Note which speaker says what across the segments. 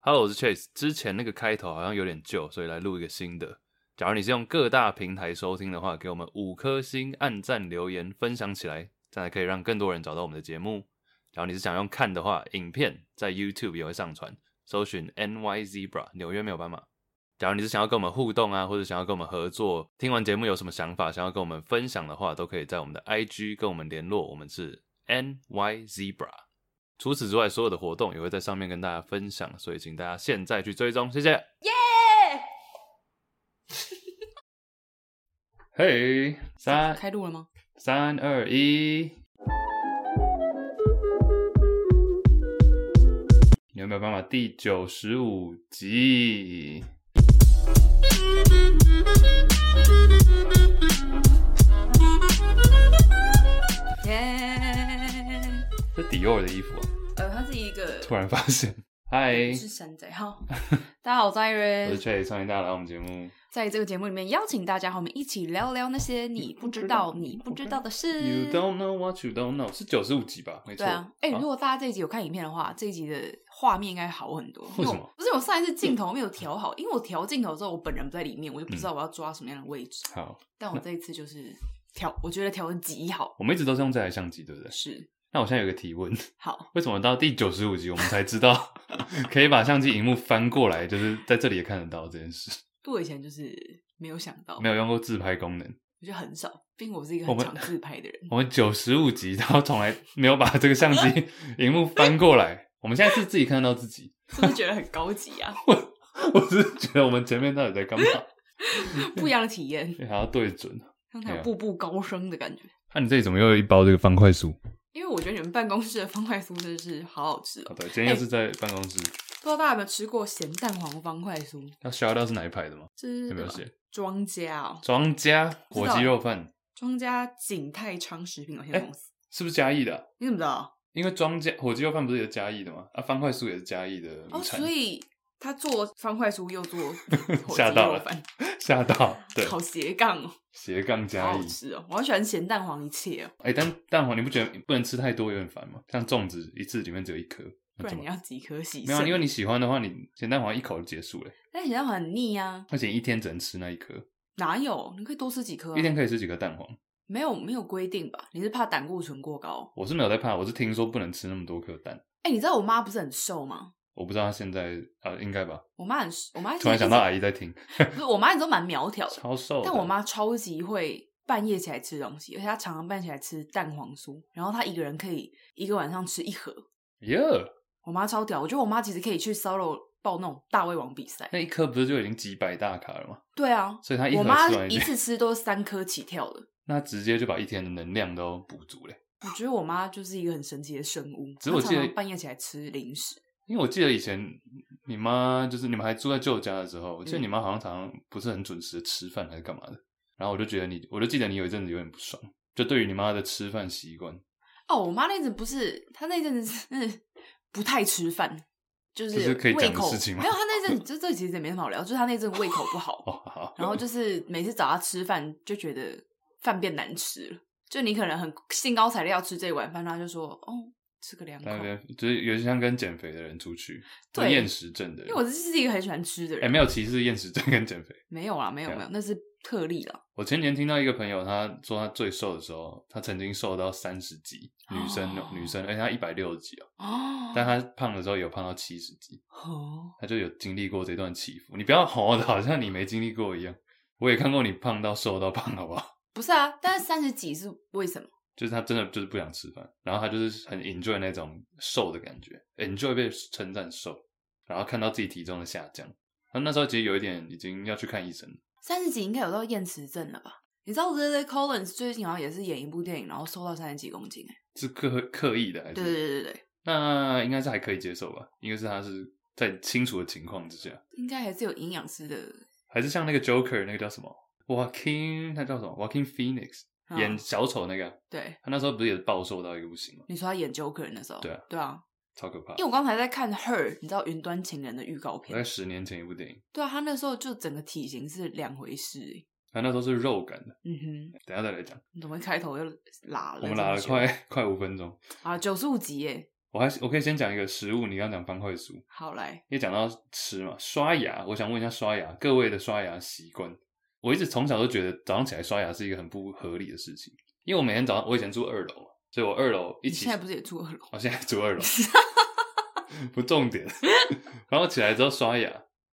Speaker 1: Hello，我是 Chase。之前那个开头好像有点旧，所以来录一个新的。假如你是用各大平台收听的话，给我们五颗星、按赞、留言、分享起来，这样才可以让更多人找到我们的节目。假如你是想用看的话，影片在 YouTube 也会上传，搜寻 NY Zebra 纽约没有斑马。假如你是想要跟我们互动啊，或者想要跟我们合作，听完节目有什么想法，想要跟我们分享的话，都可以在我们的 IG 跟我们联络，我们是 NY Zebra。除此之外，所有的活动也会在上面跟大家分享，所以请大家现在去追踪，谢谢。嘿，三
Speaker 2: 哎开录了吗？
Speaker 1: 三二一，有没有办法？第九十五集，
Speaker 2: 耶、
Speaker 1: 这迪奥的衣服、啊，
Speaker 2: 呃，它是一个
Speaker 1: 突然发现。嗨，
Speaker 2: 是山仔好， 大家好，我是
Speaker 1: 我是
Speaker 2: Iris，
Speaker 1: Chase，欢迎大家来我们节目。
Speaker 2: 在这个节目里面邀请大家和我们一起聊聊那些你不知道、你不知道的
Speaker 1: You
Speaker 2: 事。
Speaker 1: don't know what you don't know，是九十五集吧？没错。
Speaker 2: 对啊，哎、
Speaker 1: 好
Speaker 2: 如果大家这一集有看影片的话，这一集的画面应该好很 多。
Speaker 1: 为
Speaker 2: 因
Speaker 1: 什么
Speaker 2: 我不是我上一次镜头没有调好，因为我调镜头之后，我本人不在里面，我就不知道我要抓什么样的位置。
Speaker 1: 好，
Speaker 2: 但我这一次就是调，我觉得调的极好，
Speaker 1: 我们一直都是用这台相机，对不对？
Speaker 2: 是
Speaker 1: 那我现在有个提问，
Speaker 2: 好，
Speaker 1: 为什么到第九十五集我们才知道 可以把相机荧幕翻过来，就是在这里也看得到这件事？
Speaker 2: 我以前就是没有想到，
Speaker 1: 没有用过自拍功能。
Speaker 2: 我觉得很少，并我是一个
Speaker 1: 我
Speaker 2: 很
Speaker 1: 们
Speaker 2: 常自拍的人。
Speaker 1: 我们九十五集，然后从来没有把这个相机 荧幕翻过来。我们现在是自己看到自己，
Speaker 2: 是不是觉得很高级 啊？
Speaker 1: 我只是觉得我们前面到底在干嘛？
Speaker 2: 不一样的体验，
Speaker 1: 还要对准。啊
Speaker 2: 让它有步步高升的感觉。
Speaker 1: 那、你这里怎么又有一包这个方块酥？
Speaker 2: 因为我觉得你们办公室的方块酥真的是好好吃哦、
Speaker 1: 哦，对，今天又是在办公室。
Speaker 2: 不知道大家有没有吃过咸蛋黄方块酥？
Speaker 1: 哎要 shout out 是哪一排的吗？
Speaker 2: 这是
Speaker 1: 有没有
Speaker 2: 对吧
Speaker 1: 写
Speaker 2: 庄家哦、
Speaker 1: 庄家
Speaker 2: 不知
Speaker 1: 火
Speaker 2: 道
Speaker 1: 鸡肉饭
Speaker 2: 庄家景泰昌食品有
Speaker 1: 哎
Speaker 2: 限公司。
Speaker 1: 是不是嘉义的啊、
Speaker 2: 你怎么知道？
Speaker 1: 因为庄家火鸡肉饭不是也是嘉义的吗？啊，方块酥也是嘉义的
Speaker 2: 哦，
Speaker 1: 名产。
Speaker 2: 所以他做方块酥又做火 鸡
Speaker 1: 吓到
Speaker 2: 肉
Speaker 1: 了
Speaker 2: 饭，
Speaker 1: 吓到，对，
Speaker 2: 好斜杠哦、
Speaker 1: 斜杠
Speaker 2: 好
Speaker 1: 嘉义
Speaker 2: 好。吃哦、我好喜欢咸蛋黄一切哦、
Speaker 1: 哎、但蛋黄你不觉得不能吃太多有点烦吗？像粽子一次里面只有一颗，
Speaker 2: 不
Speaker 1: 那怎
Speaker 2: 然你
Speaker 1: 么
Speaker 2: 要几颗洗
Speaker 1: 没有啊？
Speaker 2: 肾
Speaker 1: 因为你喜欢的话，你咸蛋黄一口就结束了，
Speaker 2: 但咸蛋黄很腻啊，
Speaker 1: 而且一天只能吃那一颗，
Speaker 2: 哪有？你可以多吃几颗、啊
Speaker 1: 一。天可以吃几颗蛋黄。
Speaker 2: 没有没有规定吧？你是怕胆固醇过高？
Speaker 1: 我是没有在怕，我是听说不能吃那么多颗蛋，
Speaker 2: 哎、你知道我妈不是很瘦吗？
Speaker 1: 我不知道他现在啊、应该吧。
Speaker 2: 我妈很，我妈
Speaker 1: 突然想到阿
Speaker 2: 姨，
Speaker 1: 姨在听，
Speaker 2: 不是我妈，你都蛮苗条的，
Speaker 1: 超瘦的。
Speaker 2: 哦但我妈超级会半夜起来吃东西，而且她常常半夜起来吃蛋黄酥，然后她一个人可以一个晚上吃一盒。
Speaker 1: 耶
Speaker 2: 我妈超屌，我觉得我妈其实可以去 solo 报那种大胃王比赛。
Speaker 1: 那一颗不是就已经几百大卡了吗？
Speaker 2: 对啊，
Speaker 1: 所以她一盒
Speaker 2: 我妈
Speaker 1: 吃完一
Speaker 2: 一
Speaker 1: 天
Speaker 2: 次吃都是三颗起跳的。
Speaker 1: 那直接就把一天的能量都补足了。
Speaker 2: 我觉得我妈就是一个很神奇的生物，
Speaker 1: 只是我
Speaker 2: 她
Speaker 1: 记得
Speaker 2: 常常半夜起来吃零食。
Speaker 1: 因为我记得以前你妈就是你们还住在舅家的时候，我记
Speaker 2: 嗯
Speaker 1: 得你妈好像常常不是很准时地吃饭还是干嘛的，然后我就觉得你，我就记得你有一阵子有点不爽，就对于你妈的吃饭习惯，
Speaker 2: 哦，我妈那阵子不是，她那阵子是不太吃饭，就是
Speaker 1: 这是可以
Speaker 2: 胃
Speaker 1: 讲的
Speaker 2: 口
Speaker 1: 事情吗
Speaker 2: 没有，她那阵子就这其实也没什么好聊，就是她那阵胃口不好，
Speaker 1: 哦，好，
Speaker 2: 然后就是每次找她吃饭就觉得饭变难吃了，就你可能很兴高采烈要吃这碗饭，她就说哦吃个两口
Speaker 1: 在，那边就是有些像跟减肥的人出去，
Speaker 2: 对
Speaker 1: 跟厌食症的
Speaker 2: 因
Speaker 1: 人，
Speaker 2: 为我是一个很喜欢吃的
Speaker 1: 哎、啊
Speaker 2: 人，
Speaker 1: 没有歧视厌食症跟减肥。
Speaker 2: 没有啦，没有没有，那是特例啦。
Speaker 1: 我前年听到一个朋友，他说他最瘦的时候，他曾经瘦到三十几，女生、
Speaker 2: 哦
Speaker 1: 女生，而且她一百六十几哦，
Speaker 2: 哦，
Speaker 1: 但她胖的时候有胖到七十几，
Speaker 2: 哦，
Speaker 1: 他就有经历过这段起伏。你不要吼的，好像你没经历过一样。我也看过你胖到瘦到胖，好不好？
Speaker 2: 不是啊，但是三十几是为什么？
Speaker 1: 就是他真的就是不想吃饭，然后他就是很 enjoy 那种瘦的感觉，enjoy 被称赞瘦，然后看到自己体重的下降。他那时候其实有一点已经要去看医生了，
Speaker 2: 三十几应该有到厌食症了吧？你知道 Lily Collins 最近好像也是演一部电影，然后瘦到三十几公斤、欸，
Speaker 1: 是刻刻意的还
Speaker 2: 哎，
Speaker 1: 是？
Speaker 2: 对对对对对，
Speaker 1: 那应该是还可以接受吧，因为是他是在清楚的情况之下，
Speaker 2: 应该还是有营养师的、
Speaker 1: 还是像那个 Joker 那个叫什么 Joaquin，他叫什么 Joaquin Phoenix、
Speaker 2: 嗯
Speaker 1: 演小丑那个，啊
Speaker 2: 对，
Speaker 1: 他那时候不是也是暴瘦到一个不行吗？
Speaker 2: 你说他演 Joker 那时候，
Speaker 1: 对啊
Speaker 2: 对啊，
Speaker 1: 超可怕
Speaker 2: 因。为我刚才在看 Her，你知道《云端情人》的预告
Speaker 1: 我在
Speaker 2: 片，
Speaker 1: 十年前一部电影，
Speaker 2: 对啊，他那时候就整个体型是两回事、欸，
Speaker 1: 它那时候是肉感的，
Speaker 2: 嗯哼，
Speaker 1: 等一下再来讲。
Speaker 2: 你怎么一开头又拉了？
Speaker 1: 我们拉了快快五分钟，
Speaker 2: 啊，九十五集耶，
Speaker 1: 我还是我可以先讲一个食物，你刚讲方块酥，
Speaker 2: 好来，
Speaker 1: 也讲到吃嘛，刷牙，我想问一下刷牙，各位的刷牙习惯。我一直从小都觉得早上起来刷牙是一个很不合理的事情，因为我每天早上我以前住二楼嘛，所以我二楼一
Speaker 2: 你
Speaker 1: 起
Speaker 2: 现在不是也住二楼？
Speaker 1: 我现在住 二楼，不重点。然后起来之后刷牙，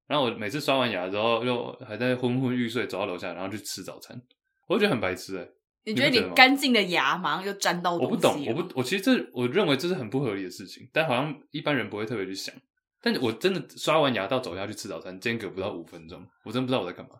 Speaker 1: 然后我每次刷完牙之后又还在昏昏欲睡，走到楼下，然后去吃早餐，我就觉得很白痴哎、
Speaker 2: 你
Speaker 1: 你
Speaker 2: 觉得
Speaker 1: 不觉得
Speaker 2: 你
Speaker 1: 吗
Speaker 2: 干净的牙马上就沾到
Speaker 1: 我不
Speaker 2: 东
Speaker 1: 懂
Speaker 2: 西，哦
Speaker 1: 我
Speaker 2: 了
Speaker 1: 不，我其实这我认为这是很不合理的事情，但好像一般人不会特别去想。但我真的刷完牙到走下去吃早餐，间隔不到五分钟，我真不知道我在干嘛。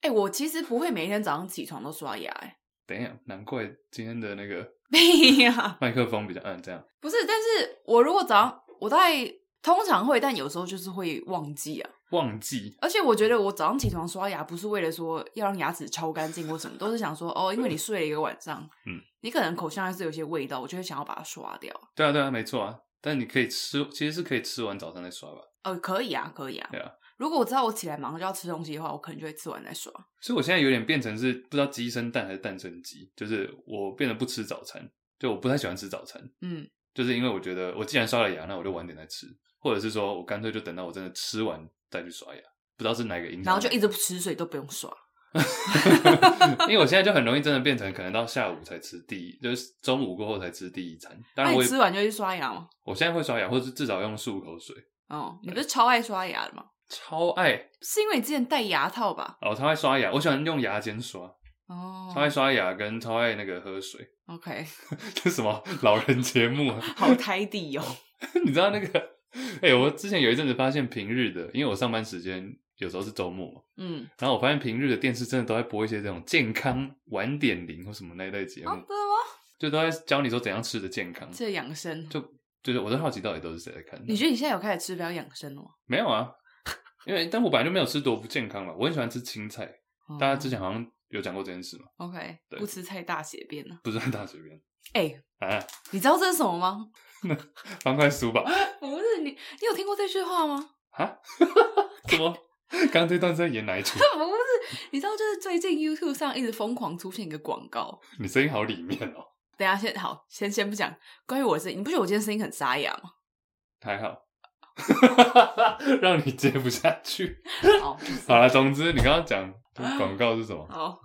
Speaker 2: 哎、我其实不会每天早上起床都刷牙、哎，
Speaker 1: 等一下，难怪今天的那个
Speaker 2: 没呀、
Speaker 1: 麦克风比较嗯暗，这样
Speaker 2: 不是，但是我如果早上我大概通常会，但有时候就是会忘记啊。
Speaker 1: 忘记
Speaker 2: 而且我觉得我早上起床刷牙不是为了说要让牙齿超干净或什么，都是想说哦，因为你睡了一个晚上，
Speaker 1: 嗯，
Speaker 2: 你可能口腔还是有些味道，我就会想要把它刷掉。
Speaker 1: 对啊对啊，没错啊。但你可以吃，其实是可以吃完早餐再刷吧。
Speaker 2: 哦，可以啊，可以啊。
Speaker 1: 对啊
Speaker 2: 如果我知道我起来马上就要吃东西的话，我可能就会吃完再刷。
Speaker 1: 所以我现在有点变成是不知道鸡生蛋还是蛋生鸡，就是我变得不吃早餐，就我不太喜欢吃早餐，
Speaker 2: 嗯，
Speaker 1: 就是因为我觉得我既然刷了牙，那我就晚点再吃，或者是说我干脆就等到我真的吃完再去刷牙，不知道是哪个影响。
Speaker 2: 然后就一直不吃，所以都不用刷。
Speaker 1: 因为我现在就很容易真的变成可能到下午才吃第一，就是中午过后才吃第一餐。当
Speaker 2: 那
Speaker 1: 然
Speaker 2: 你
Speaker 1: 我也
Speaker 2: 吃完就去刷牙吗？
Speaker 1: 我现在会刷牙，或是至少用漱口水，
Speaker 2: 哦，你不是超爱刷牙的吗？
Speaker 1: 超爱
Speaker 2: 是因为你之前戴牙套吧？
Speaker 1: 哦，超爱刷牙，我喜欢用牙尖刷，
Speaker 2: 哦
Speaker 1: 超爱刷牙跟超爱那个喝水，
Speaker 2: ，OK，
Speaker 1: 这什么老人节目啊？
Speaker 2: 好 胎地哦。
Speaker 1: 你知道那个？ 哎、我之前有一阵子发现平日的，因为我上班时间有时候是周末嘛，
Speaker 2: 嗯，
Speaker 1: 然后我发现平日的电视真的都在播一些这种健康晚点零或什么那一类节目，
Speaker 2: 哦，真的吗？
Speaker 1: 就都在教你说怎样吃的健康。
Speaker 2: 这养生，
Speaker 1: 就就是我在好奇到底都是谁在看的？
Speaker 2: 你觉得你现在有开始吃比较养生了哦吗？
Speaker 1: 没有啊？因为但我本来就没有吃多不健康嘛，我很喜欢吃青菜。
Speaker 2: 哦
Speaker 1: 大家之前好像有讲过这件事嘛，
Speaker 2: OK，
Speaker 1: 对
Speaker 2: 不吃菜大血便了。
Speaker 1: 不是很大随便
Speaker 2: 哎、
Speaker 1: 啊，
Speaker 2: 你知道这是什么吗？
Speaker 1: 方块酥吧？
Speaker 2: 不是你，你有听过这句话吗？
Speaker 1: 啊？怎么？刚刚这段是在演哪一出？
Speaker 2: 不是，你知道就是最近 YouTube 上一直疯狂出现一个广告。
Speaker 1: 你声音好里面哦，
Speaker 2: 等一下先好，先先不讲关于我的事情。你不觉得我今天声音很沙哑吗？
Speaker 1: 还好， 让你接不下去。
Speaker 2: 好，就是
Speaker 1: 好了，总之你刚刚讲广告是什么？
Speaker 2: 好，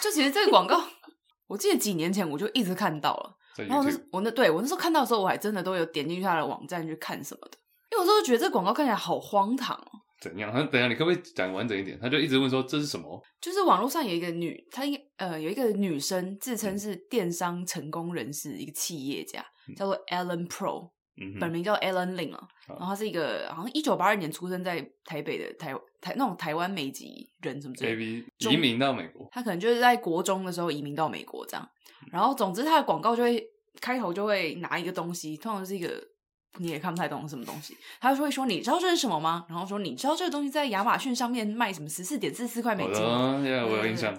Speaker 2: 就其实这个广告， 我记得几年前我就一直看到了。
Speaker 1: 在
Speaker 2: 然后我哦那
Speaker 1: YouTube
Speaker 2: 我那对我那时候看到的时候，我还真的都有点进去他的网站去看什么的，因为我就觉得这广告看起来好荒唐哦。
Speaker 1: 怎样？他等一下你可不可以讲完整一点？他就一直问说这是什么？
Speaker 2: 就是网络上有一个女，她应呃有一个女生自称是电商成功人士，一个企业家
Speaker 1: 嗯
Speaker 2: 叫做 Ellen Pro，、
Speaker 1: 嗯
Speaker 2: 本
Speaker 1: 哼，
Speaker 2: 名叫 Ellen Lin 啊。
Speaker 1: 好
Speaker 2: 然后她是一个好像一九八二年出生在台北的台台那种台湾美籍人什么之类
Speaker 1: ，A
Speaker 2: 的。
Speaker 1: V
Speaker 2: 中
Speaker 1: 移民到美国，
Speaker 2: 他可能就是在国中的时候移民到美国这样。
Speaker 1: 嗯
Speaker 2: 然后总之他的广告就会开头就会拿一个东西，通常是一个你也看不太懂是什么东西，他就会说你知道这是什么吗？然后说你知道这个东西在亚马逊上面卖什么十四点四四块美
Speaker 1: 好
Speaker 2: 金
Speaker 1: 的，
Speaker 2: 吗？
Speaker 1: 呀，我有
Speaker 2: 对
Speaker 1: 印象。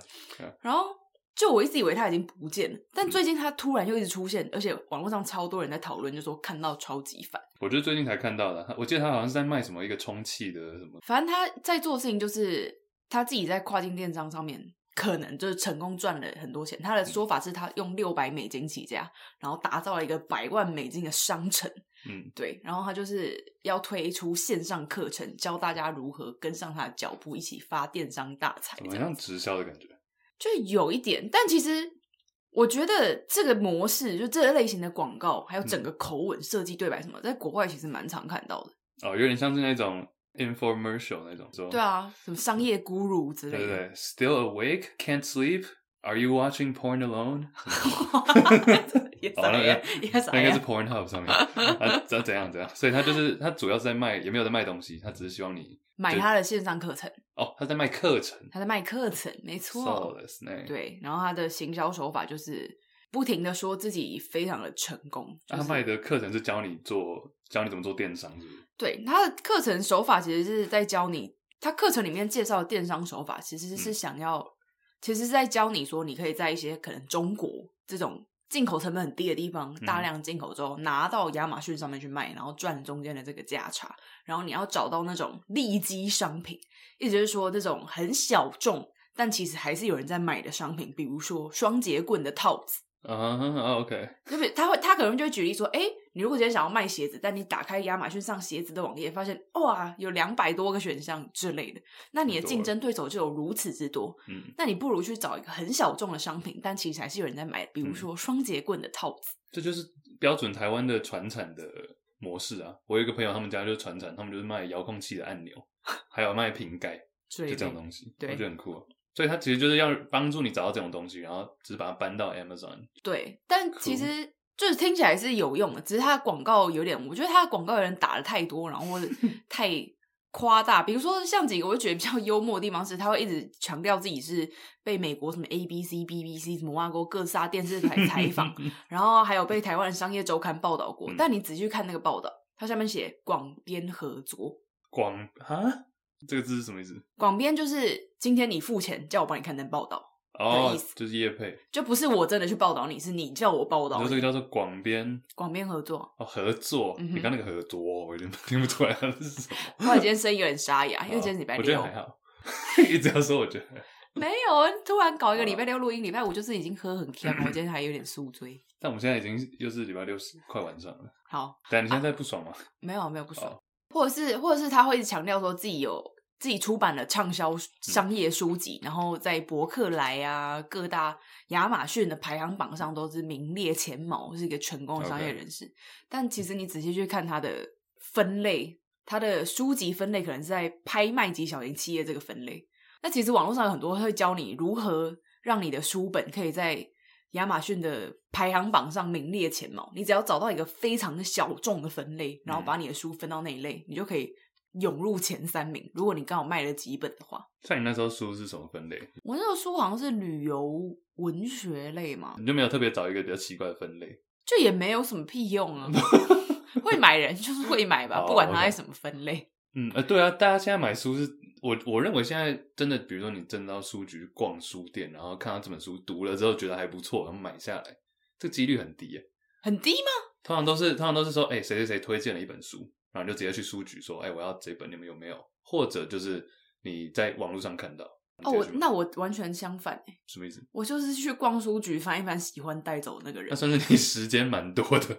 Speaker 2: 然后就我一直以为他已经不见了，但最近他突然又一直出现，而且网络上超多人在讨论，就说看到超级烦。
Speaker 1: 我就是最近才看到的，他我记得他好像是在卖什么一个充气的什么，
Speaker 2: 反正他在做的事情就是他自己在跨境电商上面，可能就是成功赚了很多钱。他的
Speaker 1: 嗯
Speaker 2: 说法是他用六百美金起家，然后打造了一个百万美金的商城。
Speaker 1: 嗯，
Speaker 2: 对，然后他就是要推出线上课程，教大家如何跟上他的脚步，一起发电商大财。
Speaker 1: 怎
Speaker 2: 这
Speaker 1: 么
Speaker 2: 样
Speaker 1: 像
Speaker 2: 子
Speaker 1: 直销的感觉？
Speaker 2: 就有一点，但其实。我觉得这个模式，就这个类型的广告，还有整
Speaker 1: 嗯
Speaker 2: 个口吻设计、对白什么，在国外其实蛮常看到的。
Speaker 1: 哦，有点像是那种 infomercial 那种，说
Speaker 2: 对，啊，什么商业 guru 之类
Speaker 1: 对
Speaker 2: 的。
Speaker 1: 对对，still awake, can't sleep, are you watching porn alone？
Speaker 2: 也
Speaker 1: 哦，那
Speaker 2: 傻呀
Speaker 1: 个，
Speaker 2: 也
Speaker 1: 那
Speaker 2: 傻
Speaker 1: 应该是
Speaker 2: 呀。
Speaker 1: Pornhub 上面，啊，怎怎样怎样，所以他就是他主要是在卖，也没有在卖东西，他只是希望你
Speaker 2: 买他的线上课程，
Speaker 1: 哦，他在卖课程
Speaker 2: 他在卖课程，没错。
Speaker 1: ，soulless 那，
Speaker 2: 对，然后他的行销手法就是不停的说自己非常的成功，就
Speaker 1: 啊他
Speaker 2: 是
Speaker 1: 卖的课程是教你做，教你怎么做电商，是不是？
Speaker 2: 对他的课程手法其实是在教你，他课程里面介绍的电商手法其实是
Speaker 1: 嗯
Speaker 2: 想要，其实是在教你说你可以在一些可能中国这种。进口成本很低的地方，大
Speaker 1: 嗯
Speaker 2: 量进口之后、拿到亚马逊上面去卖，然后赚中间的这个价差，然后你要找到那种利基商品，也就是说那种很小众，但其实还是有人在买的商品，比如说双节棍的套子。
Speaker 1: 啊、o k
Speaker 2: 就是他会，他可能就会举例说，哎、你如果今天想要卖鞋子，但你打开亚马逊上鞋子的网页，发现哇，有两百多个选项之类的，那你
Speaker 1: 很多
Speaker 2: 的
Speaker 1: 欸
Speaker 2: 竞
Speaker 1: 了
Speaker 2: 争对手就有如此之多。
Speaker 1: 嗯，
Speaker 2: 那你不如去找一个很小众的商品，但其实还是有人在买，比如
Speaker 1: 嗯
Speaker 2: 说双节棍的套子。
Speaker 1: 这就是标准台湾的传产的模式啊。我有一个朋友，他们家就是传产，他们就是卖遥控器的按钮，还有卖瓶盖，
Speaker 2: 之类
Speaker 1: 就
Speaker 2: 的
Speaker 1: 这种东西，
Speaker 2: 对
Speaker 1: 我觉得很酷、啊。所以它其实就是要帮助你找到这种东西，然后只是把它搬到 Amazon。
Speaker 2: 对，但其实就是听起来是有用的，只是它的广告有点，我觉得它的广告有点打的太 多，然后或者太夸大。比如说像几个，我就觉得比较幽默的地方是，他会一直强调自己是被美国什么 ABC、BBC 什么挖沟各大电视台采访， 然后还有被台湾的商业周刊报道过。
Speaker 1: 嗯
Speaker 2: 但你仔细去看那个报道，它下面写广编合作。
Speaker 1: 广啊，这个字是什么意思？
Speaker 2: 广编就是今天你付钱叫我帮你刊登报道，
Speaker 1: 哦
Speaker 2: 意思，
Speaker 1: 就是叶配，
Speaker 2: 就不是我真的去报道你，是你叫我报
Speaker 1: 你
Speaker 2: 道
Speaker 1: 说这
Speaker 2: 你。
Speaker 1: 个叫做广编
Speaker 2: 广编合作，
Speaker 1: 哦，合作。
Speaker 2: 嗯哼
Speaker 1: 你刚那个合作，我有点 听不出来它是什么。
Speaker 2: 我今天声音有点沙哑，因为今天礼拜
Speaker 1: 哦我觉得
Speaker 2: 六，
Speaker 1: 还好， 一直要说我觉得还好，
Speaker 2: 没有突然搞一个礼拜六录音，礼拜五就是已经喝 很呛了，我今天还有点宿醉。
Speaker 1: 但我们现在已经又是礼拜六快晚上了，
Speaker 2: 好，
Speaker 1: 但你现在不爽吗？
Speaker 2: 没有没有不
Speaker 1: 哦
Speaker 2: 爽，或者是或者是他会一直强调说自己有自己出版了畅销
Speaker 1: 嗯
Speaker 2: 商业书籍，然后在博客来啊各大亚马逊的排行榜上都是名列前茅，是一个成功的商业
Speaker 1: OK
Speaker 2: 人士。但其实你仔细去看他的分类，他的书籍分类可能是在拍卖及小型企业这个分类。那其实网络上有很多会教你如何让你的书本可以在亚马逊的排行榜上名列前茅。你只要找到一个非常小众的分类，然后
Speaker 1: 嗯
Speaker 2: 把你的书分到那一类，你就可以涌入前三名。如果你刚好卖了几本的话，
Speaker 1: 像你那时候书是什么分类？
Speaker 2: 我那时候书好像是旅游文学类嘛，
Speaker 1: 你就没有特别找一个比较奇怪的分类？
Speaker 2: 这也没有什么屁 用啊。会买人就是会买吧，
Speaker 1: 哦
Speaker 2: 不管它在
Speaker 1: OK
Speaker 2: 什么分类。
Speaker 1: 嗯，呃，对啊，大家现在买书是，我我认为现在真的，比如说你真的到书局逛书店，然后看到这本书读了之后觉得还不错，然后买下来，这几率很低耶。
Speaker 2: 很低吗？
Speaker 1: 通常都是通常都是说，哎、谁谁谁推荐了一本书，然后你就直接去书局说，哎、我要这本，你们有没有？或者就是你在网络上看到，你
Speaker 2: 哦，
Speaker 1: 直接
Speaker 2: 我
Speaker 1: 去买
Speaker 2: 那我完全相反、欸，
Speaker 1: 什么意思？
Speaker 2: 我就是去逛书局翻一翻喜欢带走的那个人
Speaker 1: 那。算是你时间蛮多的，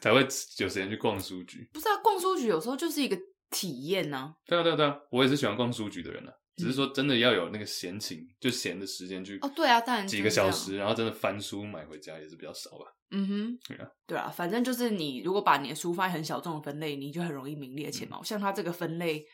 Speaker 1: 才会有时间去逛书局。
Speaker 2: 不是啊，逛书局有时候就是一个体验呐、
Speaker 1: 对啊，对啊，对啊，我也是喜欢逛书局的人啊，只是说真的要有那个闲情，就闲的时间去。
Speaker 2: 嗯哦，对啊，当然
Speaker 1: 几个小。时，然后真的翻书买回家也是比较少吧。
Speaker 2: 嗯
Speaker 1: 对
Speaker 2: 哼
Speaker 1: 啊，
Speaker 2: 对啊，反正就是你如果把你的书放在很小众的分类，你就很容易名列
Speaker 1: 嗯
Speaker 2: 前茅。像它这个分类，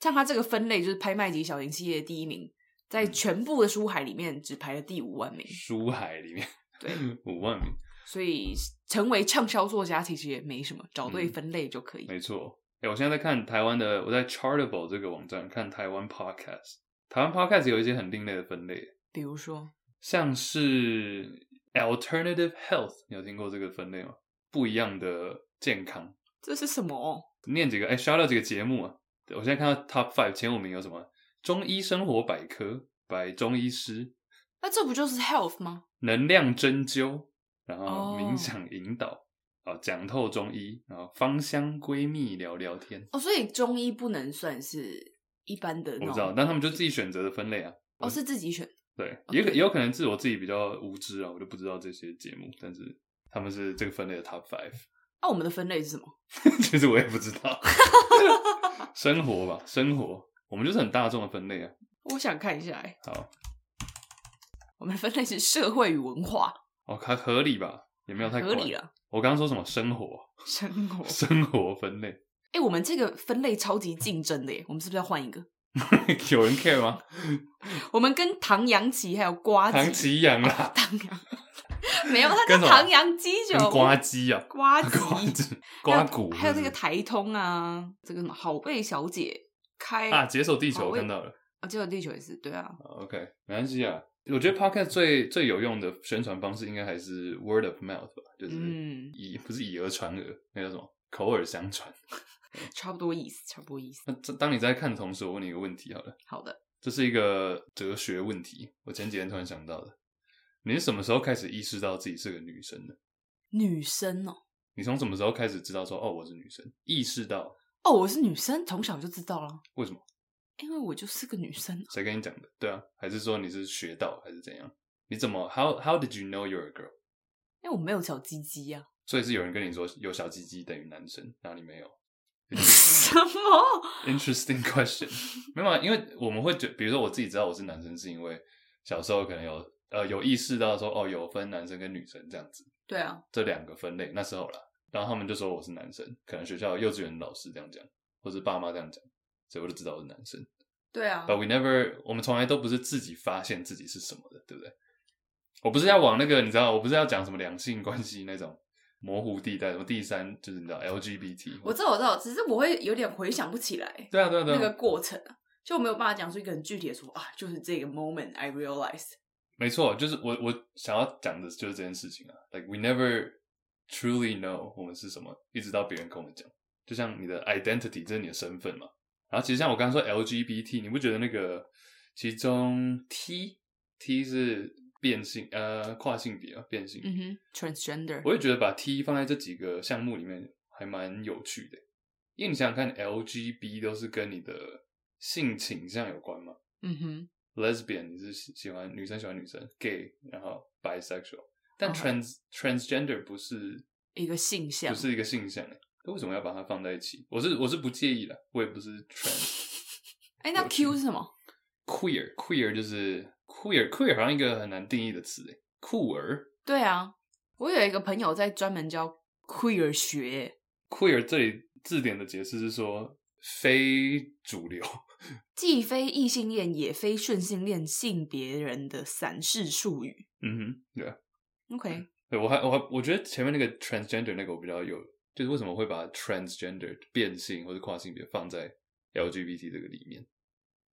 Speaker 2: 像它这个分类就是拍卖级小型企业的第一名，在
Speaker 1: 嗯
Speaker 2: 全部的书海里面只排了第五万名。
Speaker 1: 书海里面
Speaker 2: 嗯对，
Speaker 1: 五万名，
Speaker 2: 所以成为畅销作家其实也没什么，找对
Speaker 1: 嗯
Speaker 2: 分类就可以。
Speaker 1: 没错。哎、我现在在看台湾的，我在 Chartable 这个网站看台湾 podcast，台湾 podcast 有一些很另类的分类，
Speaker 2: 比如说，
Speaker 1: 像是 alternative health，你有听过这个分类吗？不一样的健康，
Speaker 2: 这是什么？哦
Speaker 1: 念几个哎、刷到几个节目啊？对我现在看到 top five 前五名有什么？中医生活百科，by 中医师，
Speaker 2: 那这不就是 health 吗？
Speaker 1: 能量针灸，然后
Speaker 2: 哦
Speaker 1: 冥想引导，啊、讲透中医，然后芳香闺蜜聊聊天。
Speaker 2: 哦，所以中医不能算是一般的那哦
Speaker 1: 我
Speaker 2: 种，
Speaker 1: 不知道，但他们就自己选择的分类啊。
Speaker 2: 哦，是自己选。
Speaker 1: 对，
Speaker 2: 哦
Speaker 1: 也可也有可能是我自己比较无知啊，我就不知道这些节目，但是他们是这个分类的 top five，
Speaker 2: 那、啊我们的分类是什么？
Speaker 1: 其实我也不知道。生活吧，生活，我们就是很大众的分类啊。
Speaker 2: 我想看一下、欸，
Speaker 1: 好，
Speaker 2: 我们的分类是社会与文化，
Speaker 1: 哦，还合理吧，也没有太
Speaker 2: 合
Speaker 1: 怪
Speaker 2: 理。了。
Speaker 1: 我刚刚说什么生活，
Speaker 2: 生活，哎、
Speaker 1: 生活分类，
Speaker 2: 我们这个分类超级竞争的耶，欸我们是不是要换一个？
Speaker 1: 有人 care 吗？
Speaker 2: 我们跟唐扬鸡还有瓜
Speaker 1: 唐
Speaker 2: 子，
Speaker 1: 奇阳啦。
Speaker 2: 唐扬没有，它
Speaker 1: 跟
Speaker 2: 叫
Speaker 1: 什么
Speaker 2: 唐扬鸡酒
Speaker 1: 跟，瓜鸡啊，
Speaker 2: 瓜子
Speaker 1: 瓜子、
Speaker 2: 还有
Speaker 1: 瓜骨，
Speaker 2: 还有那
Speaker 1: 是
Speaker 2: 个
Speaker 1: 不
Speaker 2: 台通啊，这个什么好味小姐开
Speaker 1: 是啊，解锁地球
Speaker 2: 好
Speaker 1: 我
Speaker 2: 味
Speaker 1: 看到了
Speaker 2: 啊，结果地球也是对啊，
Speaker 1: ，OK，没关系啊。我觉得 Podcast 最最有用的宣传方式应该还是 word of mouth 吧，就是
Speaker 2: 嗯
Speaker 1: 以、不是以讹传讹，那叫什么口耳相传。
Speaker 2: 差不多意思，差不多意思。
Speaker 1: 那这当你在看的同时，我问你一个问题好了，
Speaker 2: 好的，
Speaker 1: 这是一个哲学问题，我前几天突然想到的。你是什么时候开始意识到自己是个女生的？
Speaker 2: 女生哦，
Speaker 1: 你从什么时候开始知道说哦我是女生？意识到
Speaker 2: 哦，我是女生，从小就知道了，
Speaker 1: 为什么？
Speaker 2: 因为我就是个女生啊。
Speaker 1: 谁跟你讲的？对啊，还是说你是学到还是怎样？你怎么 how how did you know you're a girl？
Speaker 2: 因为我没有小鸡鸡呀、
Speaker 1: 所以是有人跟你说有小鸡鸡等于男生，然后你没有。
Speaker 2: 什么？
Speaker 1: Interesting question，没有 啊，因为我们会觉，比如说我自己知道我是男生，是因为小时候可能有呃有意识到说哦有分男生跟女生这样子
Speaker 2: 对啊，
Speaker 1: 这两个分类，那时候啦，然后他们就说我是男生，可能学校幼稚园老师这样讲，或是爸妈这样讲，所以我就知道我是男生。
Speaker 2: 对啊，
Speaker 1: But we never，我们从来都不是自己发现自己是什么的，对不对？我不是要往那个你知道，我不是要讲什么两性关系那种模糊地带，什么第三就是你知道 LGBT，
Speaker 2: 我知道，我知道，只是我会有点回想不起 来
Speaker 1: 对啊对啊对啊，
Speaker 2: 那个过程啊，就没有办法讲出一个很具体的说啊，就是这个 moment I realize。
Speaker 1: 没错，就是我我想要讲的就是这件事情啊。Like we never truly know 我们是什么，一直到别人跟我们讲。就像你的 identity，这是你的身份嘛。然后其实像我刚刚说 LGBT，你不觉得那个其中 T T 是变性呃跨性别啊变性？
Speaker 2: 嗯哼，transgender，
Speaker 1: 我也觉得把 T 放在这几个项目里面还蛮有趣的，因为你想想看，LGB 都是跟你的性倾向有关嘛。
Speaker 2: 嗯哼，
Speaker 1: lesbian 你是喜喜欢女生喜欢女生，gay 然后 bisexual，但
Speaker 2: OK
Speaker 1: trans、transgender 不是
Speaker 2: 一个性向
Speaker 1: 不是一个性向欸，那为什么要把它放在一起？我是我是不介意的，我也不是 trans
Speaker 2: 哎、那
Speaker 1: 有趣
Speaker 2: Q 是什么？
Speaker 1: queer queer 就是 queer queer 好像一个很难定义的词诶，酷儿
Speaker 2: 对啊，我有一个朋友在专门教 queer 学，
Speaker 1: queer 这里字典的解释是说非主流，
Speaker 2: 既非异性恋也非顺性恋性别人的散式术语。
Speaker 1: 嗯哼，对啊。
Speaker 2: OK，
Speaker 1: 对我还我还我觉得前面那个 transgender 那个我比较有，就是为什么会把 transgender 变性或者跨性别放在 LGBT 这个里面，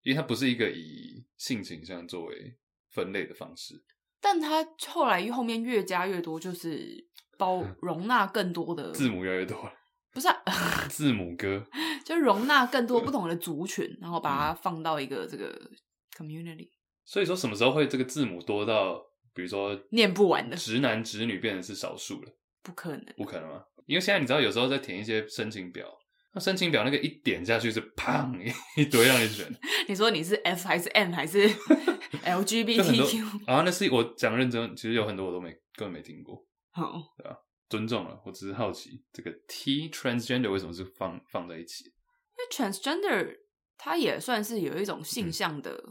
Speaker 1: 因为它不是一个以性倾向作为分类的方式。
Speaker 2: 但他后来后面越加越多，就是包
Speaker 1: 嗯
Speaker 2: 容纳更多的
Speaker 1: 字母越来越多了，
Speaker 2: 不是、啊，
Speaker 1: 字母哥，
Speaker 2: 就是容纳更多
Speaker 1: 嗯
Speaker 2: 不同的族群，然后把它放到一个这个 community
Speaker 1: 所以说什么时候会这个字母多到，比如说
Speaker 2: 念不完的，
Speaker 1: 直男直女变成是少数了？
Speaker 2: 不可能。
Speaker 1: 不可能吗？因为现在你知道有时候在填一些申请表，那申请表那个一点下去是 砰一一堆让你选，
Speaker 2: 你说你是 F 还是 M 还是
Speaker 1: 就很多
Speaker 2: LGBTQ？。
Speaker 1: Honestly，我讲认真，其实有很多我都没根本没听过。
Speaker 2: 好，
Speaker 1: 尊重了，我只是好奇这个 T transgender 为什么是放放在一起？
Speaker 2: 因为 transgender 它也算是有一种
Speaker 1: 嗯
Speaker 2: 性向的，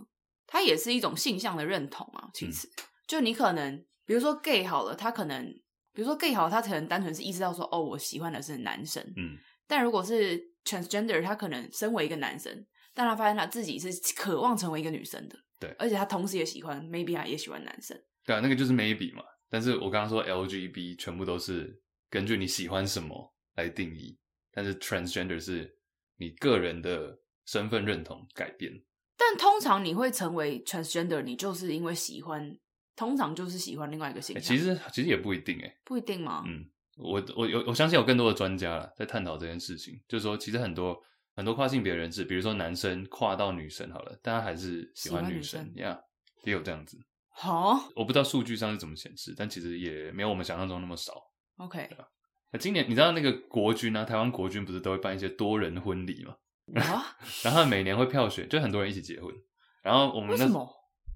Speaker 2: 它也是一种性向的认同啊。
Speaker 1: 嗯
Speaker 2: 其实，就你可能比如说 gay 好了，他可能比如说 gay 好了，他可能单纯是意识到说，哦，我喜欢的是男生，
Speaker 1: 嗯，
Speaker 2: 但如果是 transgender，他可能身为一个男生，但他发现他自己是渴望成为一个女生的，
Speaker 1: 对
Speaker 2: 而且他同时也喜欢，maybe 他也喜欢男生，
Speaker 1: 对啊，那个就是 maybe 嘛。但是我刚刚说 LGB 全部都是根据你喜欢什么来定义，但是 transgender 是你个人的身份认同改变。
Speaker 2: 但通常你会成为 transgender，你就是因为喜欢，通常就是喜欢另外一个性
Speaker 1: 欸
Speaker 2: 向，
Speaker 1: 其实其实也不一定哎、
Speaker 2: 不一定嘛，
Speaker 1: 嗯我我有我相信有更多的专家啦，在探讨这件事情，就是说其实很多很多跨性别人士，比如说男生跨到女生好了，但他还是喜欢
Speaker 2: 喜欢
Speaker 1: 女
Speaker 2: 女
Speaker 1: 生
Speaker 2: 生
Speaker 1: 呀也有这样子。
Speaker 2: 好、
Speaker 1: 我不知道数据上是怎么显示，但其实也没有我们想象中那么少。
Speaker 2: o k
Speaker 1: 那今年你知道那个国军啊，台湾国军不是都会办一些多人婚礼嘛？
Speaker 2: 啊，
Speaker 1: 然后他每年会票选，就很多人一起结婚。然后我们
Speaker 2: 为
Speaker 1: 那
Speaker 2: 什么？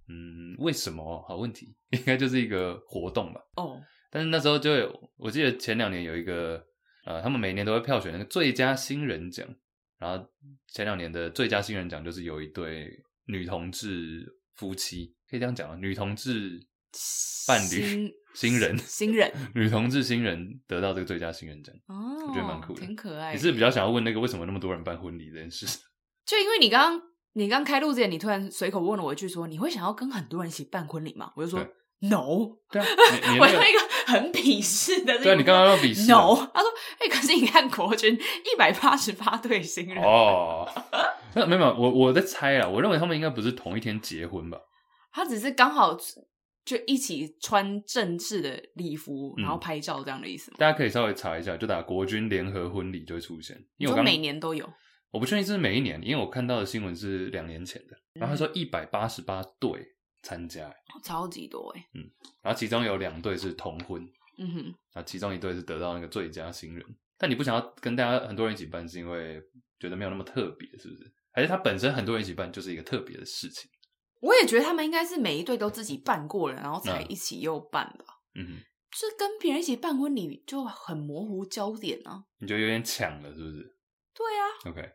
Speaker 1: 嗯，为什么？好问题，应该就是一个活动吧。
Speaker 2: 哦，
Speaker 1: 但是那时候就有，我记得前两年有一个，呃，他们每年都会票选那个最佳新人奖，然后前两年的最佳新人奖就是有一对女同志夫妻，可以这样讲啊，女同志 伴侣
Speaker 2: 新
Speaker 1: 新人，
Speaker 2: 新人
Speaker 1: 女同志新人得到这个最佳新人奖。
Speaker 2: 哦，
Speaker 1: 我觉得蛮酷的
Speaker 2: 挺可爱的。
Speaker 1: 你是比较想要问那个为什么那么多人办婚礼这件事？
Speaker 2: 就因为你刚刚你刚开录之前，你突然随口问了我一句说，你会想要跟很多人一起办婚礼吗？我就说
Speaker 1: 对
Speaker 2: no。
Speaker 1: 对啊，你你
Speaker 2: 我
Speaker 1: 那个
Speaker 2: 用一个很鄙视的这个，
Speaker 1: 对啊，你刚刚要比试啊
Speaker 2: no，他说，哎、可是你看国军一百八十八对新人，
Speaker 1: 哦， 那没有没有，我我在猜啊，我认为他们应该不是同一天结婚吧？
Speaker 2: 他只是刚好就一起穿正式的礼服，
Speaker 1: 嗯
Speaker 2: 然后拍照这样的意思嘛。
Speaker 1: 大家可以稍微查一下，就打国军联合婚礼就会出现，因为我
Speaker 2: 你说
Speaker 1: 刚
Speaker 2: 每年都有，
Speaker 1: 我不确定是不是每一年，因为我看到的新闻是两年前的，
Speaker 2: 嗯
Speaker 1: 然后他说一百八十八对参加，
Speaker 2: 超级多哎、
Speaker 1: 然后其中有两对是同婚，
Speaker 2: 嗯哼，
Speaker 1: 啊，其中一对是得到那个最佳新人，但你不想要跟大家很多人一起办，是因为觉得没有那么特别，是不是？还是他本身很多人一起办就是一个特别的事情？
Speaker 2: 我也觉得他们应该是每一队都自己办过了，然后才
Speaker 1: 嗯
Speaker 2: 一起又办吧。
Speaker 1: 嗯哼，
Speaker 2: 是跟别人一起办婚礼就很模糊焦点啊。
Speaker 1: 你觉得有点抢了，是不是
Speaker 2: 对啊，
Speaker 1: ？OK，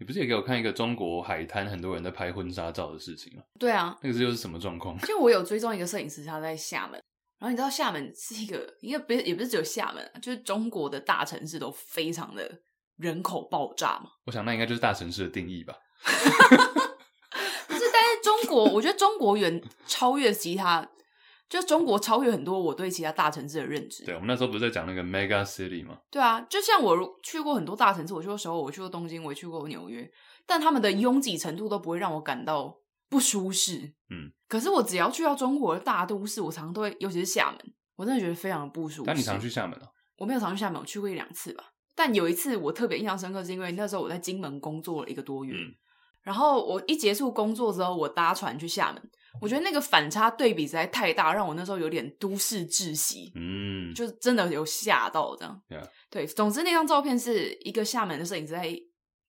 Speaker 1: 你不是也给我看一个中国海滩很多人在拍婚纱照的事情吗？
Speaker 2: 对啊，
Speaker 1: 那个是又是什么状况？
Speaker 2: 就我有追踪一个摄影师，他在厦门。然后你知道厦门是一个，应该不是也不是只有厦门啊，就是中国的大城市都非常的人口爆炸嘛。
Speaker 1: 我想那应该就是大城市的定义吧。
Speaker 2: 不是，但是中国，我觉得中国远超越其他，就中国超越很多我对其他大城市的认知。
Speaker 1: 对，我们啊那时候不是在讲那个 mega city 吗？
Speaker 2: 对啊，就像我如去过很多大城市，我去过首尔，我去过东京，我也去过纽约，但他们的拥挤程度都不会让我感到不舒适。
Speaker 1: 嗯，
Speaker 2: 可是我只要去到中国的大都市，我常常都会，尤其是厦门，我真的觉得非常的不舒适。
Speaker 1: 但你常去？厦门哦、
Speaker 2: 我没有常去厦门，我去过一两次吧。但有一次我特别印象深刻，是因为那时候我在金门工作了一个多月，
Speaker 1: 嗯
Speaker 2: 然后我一结束工作之后，我搭船去厦门，我觉得那个反差对比实在太大，让我那时候有点都市窒息。
Speaker 1: 嗯，啊
Speaker 2: 就真的有吓到这样。
Speaker 1: Yeah.
Speaker 2: 对，总之那张照片是一个厦门的摄影师在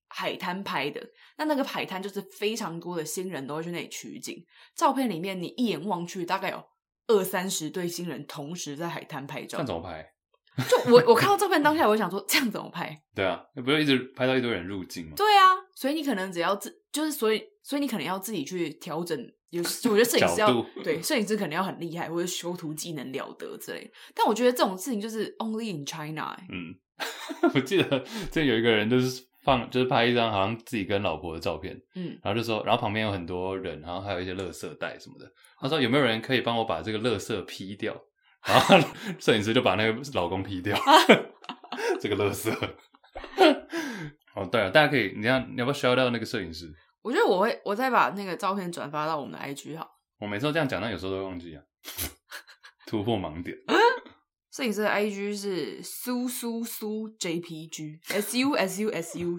Speaker 2: 海滩拍的，那那个海滩就是非常多的新人都会去那里取景。照片里面你一眼望去，大概有二三十对新人同时在海滩拍照
Speaker 1: 那。怎么拍？
Speaker 2: 就我我看到照片当下，我就想说这样怎么拍？
Speaker 1: 对啊，那不是一直拍到一堆人入境吗？
Speaker 2: 对啊，所以你可能只要自就是所以所以你可能要自己去调整。有，我觉得摄影师
Speaker 1: 角
Speaker 2: 要
Speaker 1: 度
Speaker 2: 对摄影师可能要很厉害，或者修图技能了得之类的。但我觉得这种事情就是 only in China，、欸、
Speaker 1: 嗯， 我记得这有一个人就是放就是拍一张好像自己跟老婆的照片，
Speaker 2: 嗯，
Speaker 1: 然后就说，然后旁边有很多人，然后还有一些垃圾袋什么的。他说有没有人可以帮我把这个垃圾劈掉？然后 摄影师就把那个老公劈 掉，这个垃圾。 哦，对了，大家可以，你要你要不要 shout out 那个摄影师？
Speaker 2: 我觉得我会，我再把那个照片转发到我们的 IG 好。
Speaker 1: 我每次都这样讲，但有时候都会忘记啊， 突破盲点。
Speaker 2: 摄影师的 IG 是苏苏苏 JPG S U S U S U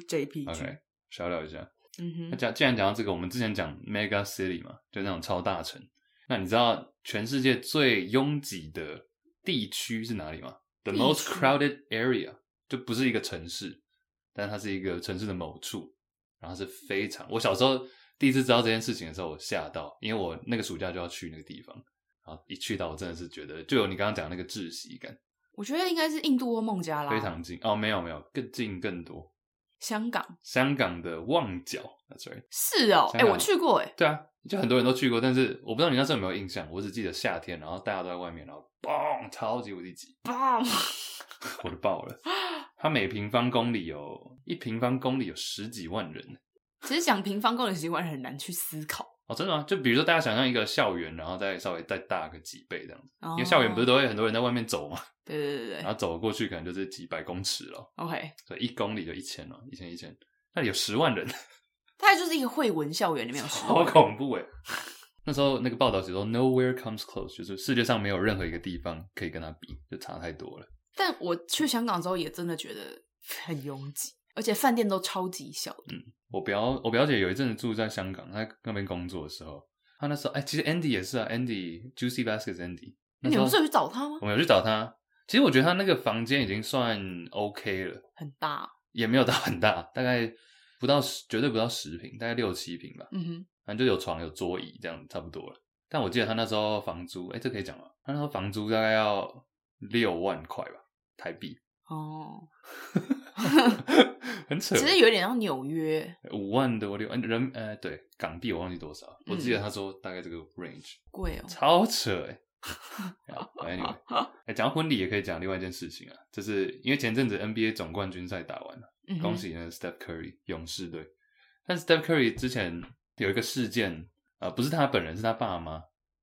Speaker 2: JPG。
Speaker 1: OK，小聊一下。
Speaker 2: 嗯
Speaker 1: 那
Speaker 2: 哼，
Speaker 1: 讲既然讲到这个，我们之前讲 mega city 嘛，就那种超大城。那你知道全世界最拥挤的地区是哪里吗？The
Speaker 2: 地区
Speaker 1: most crowded area 就不是一个城市，但它是一个城市的某处，然后是非常。我小时候第一次知道这件事情的时候，我吓到，因为我那个暑假就要去那个地方，然后一去到，我真的是觉得就有你刚刚讲那个窒息感，
Speaker 2: 我觉得应该是印度或孟加拉，
Speaker 1: 非常近哦，没有没有，更近更多。
Speaker 2: 香港
Speaker 1: 香港的旺角，That's right。
Speaker 2: 是哦，
Speaker 1: 香
Speaker 2: 哎、
Speaker 1: 港
Speaker 2: 我去过哎，
Speaker 1: 对啊，就很多人都去过，但是我不知道你那时候有没有印象，我只记得夏天，然后大家都在外面，然后嘣，超级无敌挤，
Speaker 2: 哇，
Speaker 1: 我都爆了。它每平方公里有一平方公里有十几万人
Speaker 2: 其实讲平方公里习惯很难去思考，
Speaker 1: 哦，真的吗？就比如说大家想象一个校园，然后再稍微再大个几倍这样子，
Speaker 2: 因
Speaker 1: 因为校园不是都会很多人在外面走嘛，
Speaker 2: 对对对对
Speaker 1: 然
Speaker 2: 对
Speaker 1: 后走过去可能就是几百公尺了，
Speaker 2: ，OK，
Speaker 1: 所以一公里就一千了，一千一千，那里有十万人，
Speaker 2: 大概就是一个惠文校园里面有十
Speaker 1: 好恐怖哎！ 那时候那个报道写说，nowhere comes close，就是世界上没有任何一个地方可以跟它比，就差太多了。
Speaker 2: 但我去香港之后也真的觉得很拥挤，而且饭店都超级小的，
Speaker 1: 我表我表姐有一阵子住在香港，她那边工作的时候，她那时候哎，其实 Andy 也是啊，Andy Juicy Baskets Andy，那
Speaker 2: 你
Speaker 1: 时候
Speaker 2: 们不是有去找他吗
Speaker 1: 我？们有去找她。其实我觉得她那个房间已经算 OK 了，
Speaker 2: 很大、
Speaker 1: 也没有到很大，大概不到十，绝对不到十平，大概六七平吧。
Speaker 2: 嗯哼，
Speaker 1: 反正就有床有桌椅这样差不多了。但我记得她那时候房租，哎、这可以讲吗？她那时候房租大概要六万块吧，台币，
Speaker 2: 哦，
Speaker 1: 很扯。
Speaker 2: 其实有点像纽约，
Speaker 1: 五万多六，呃人呃对港币我忘记多少，
Speaker 2: 嗯
Speaker 1: 我记得他说大概这个 range，、
Speaker 2: 贵哦。
Speaker 1: 超扯哎、欸。 好 Anyway，哎讲、到婚礼也可以讲另外一件事情啊，就是因为前阵子 NBA 总冠军赛打完了，
Speaker 2: 嗯哼
Speaker 1: 恭！喜那个 Steph Curry 勇士队，但 Steph Curry 之前有一个事件，呃，不是他本人，是他爸妈，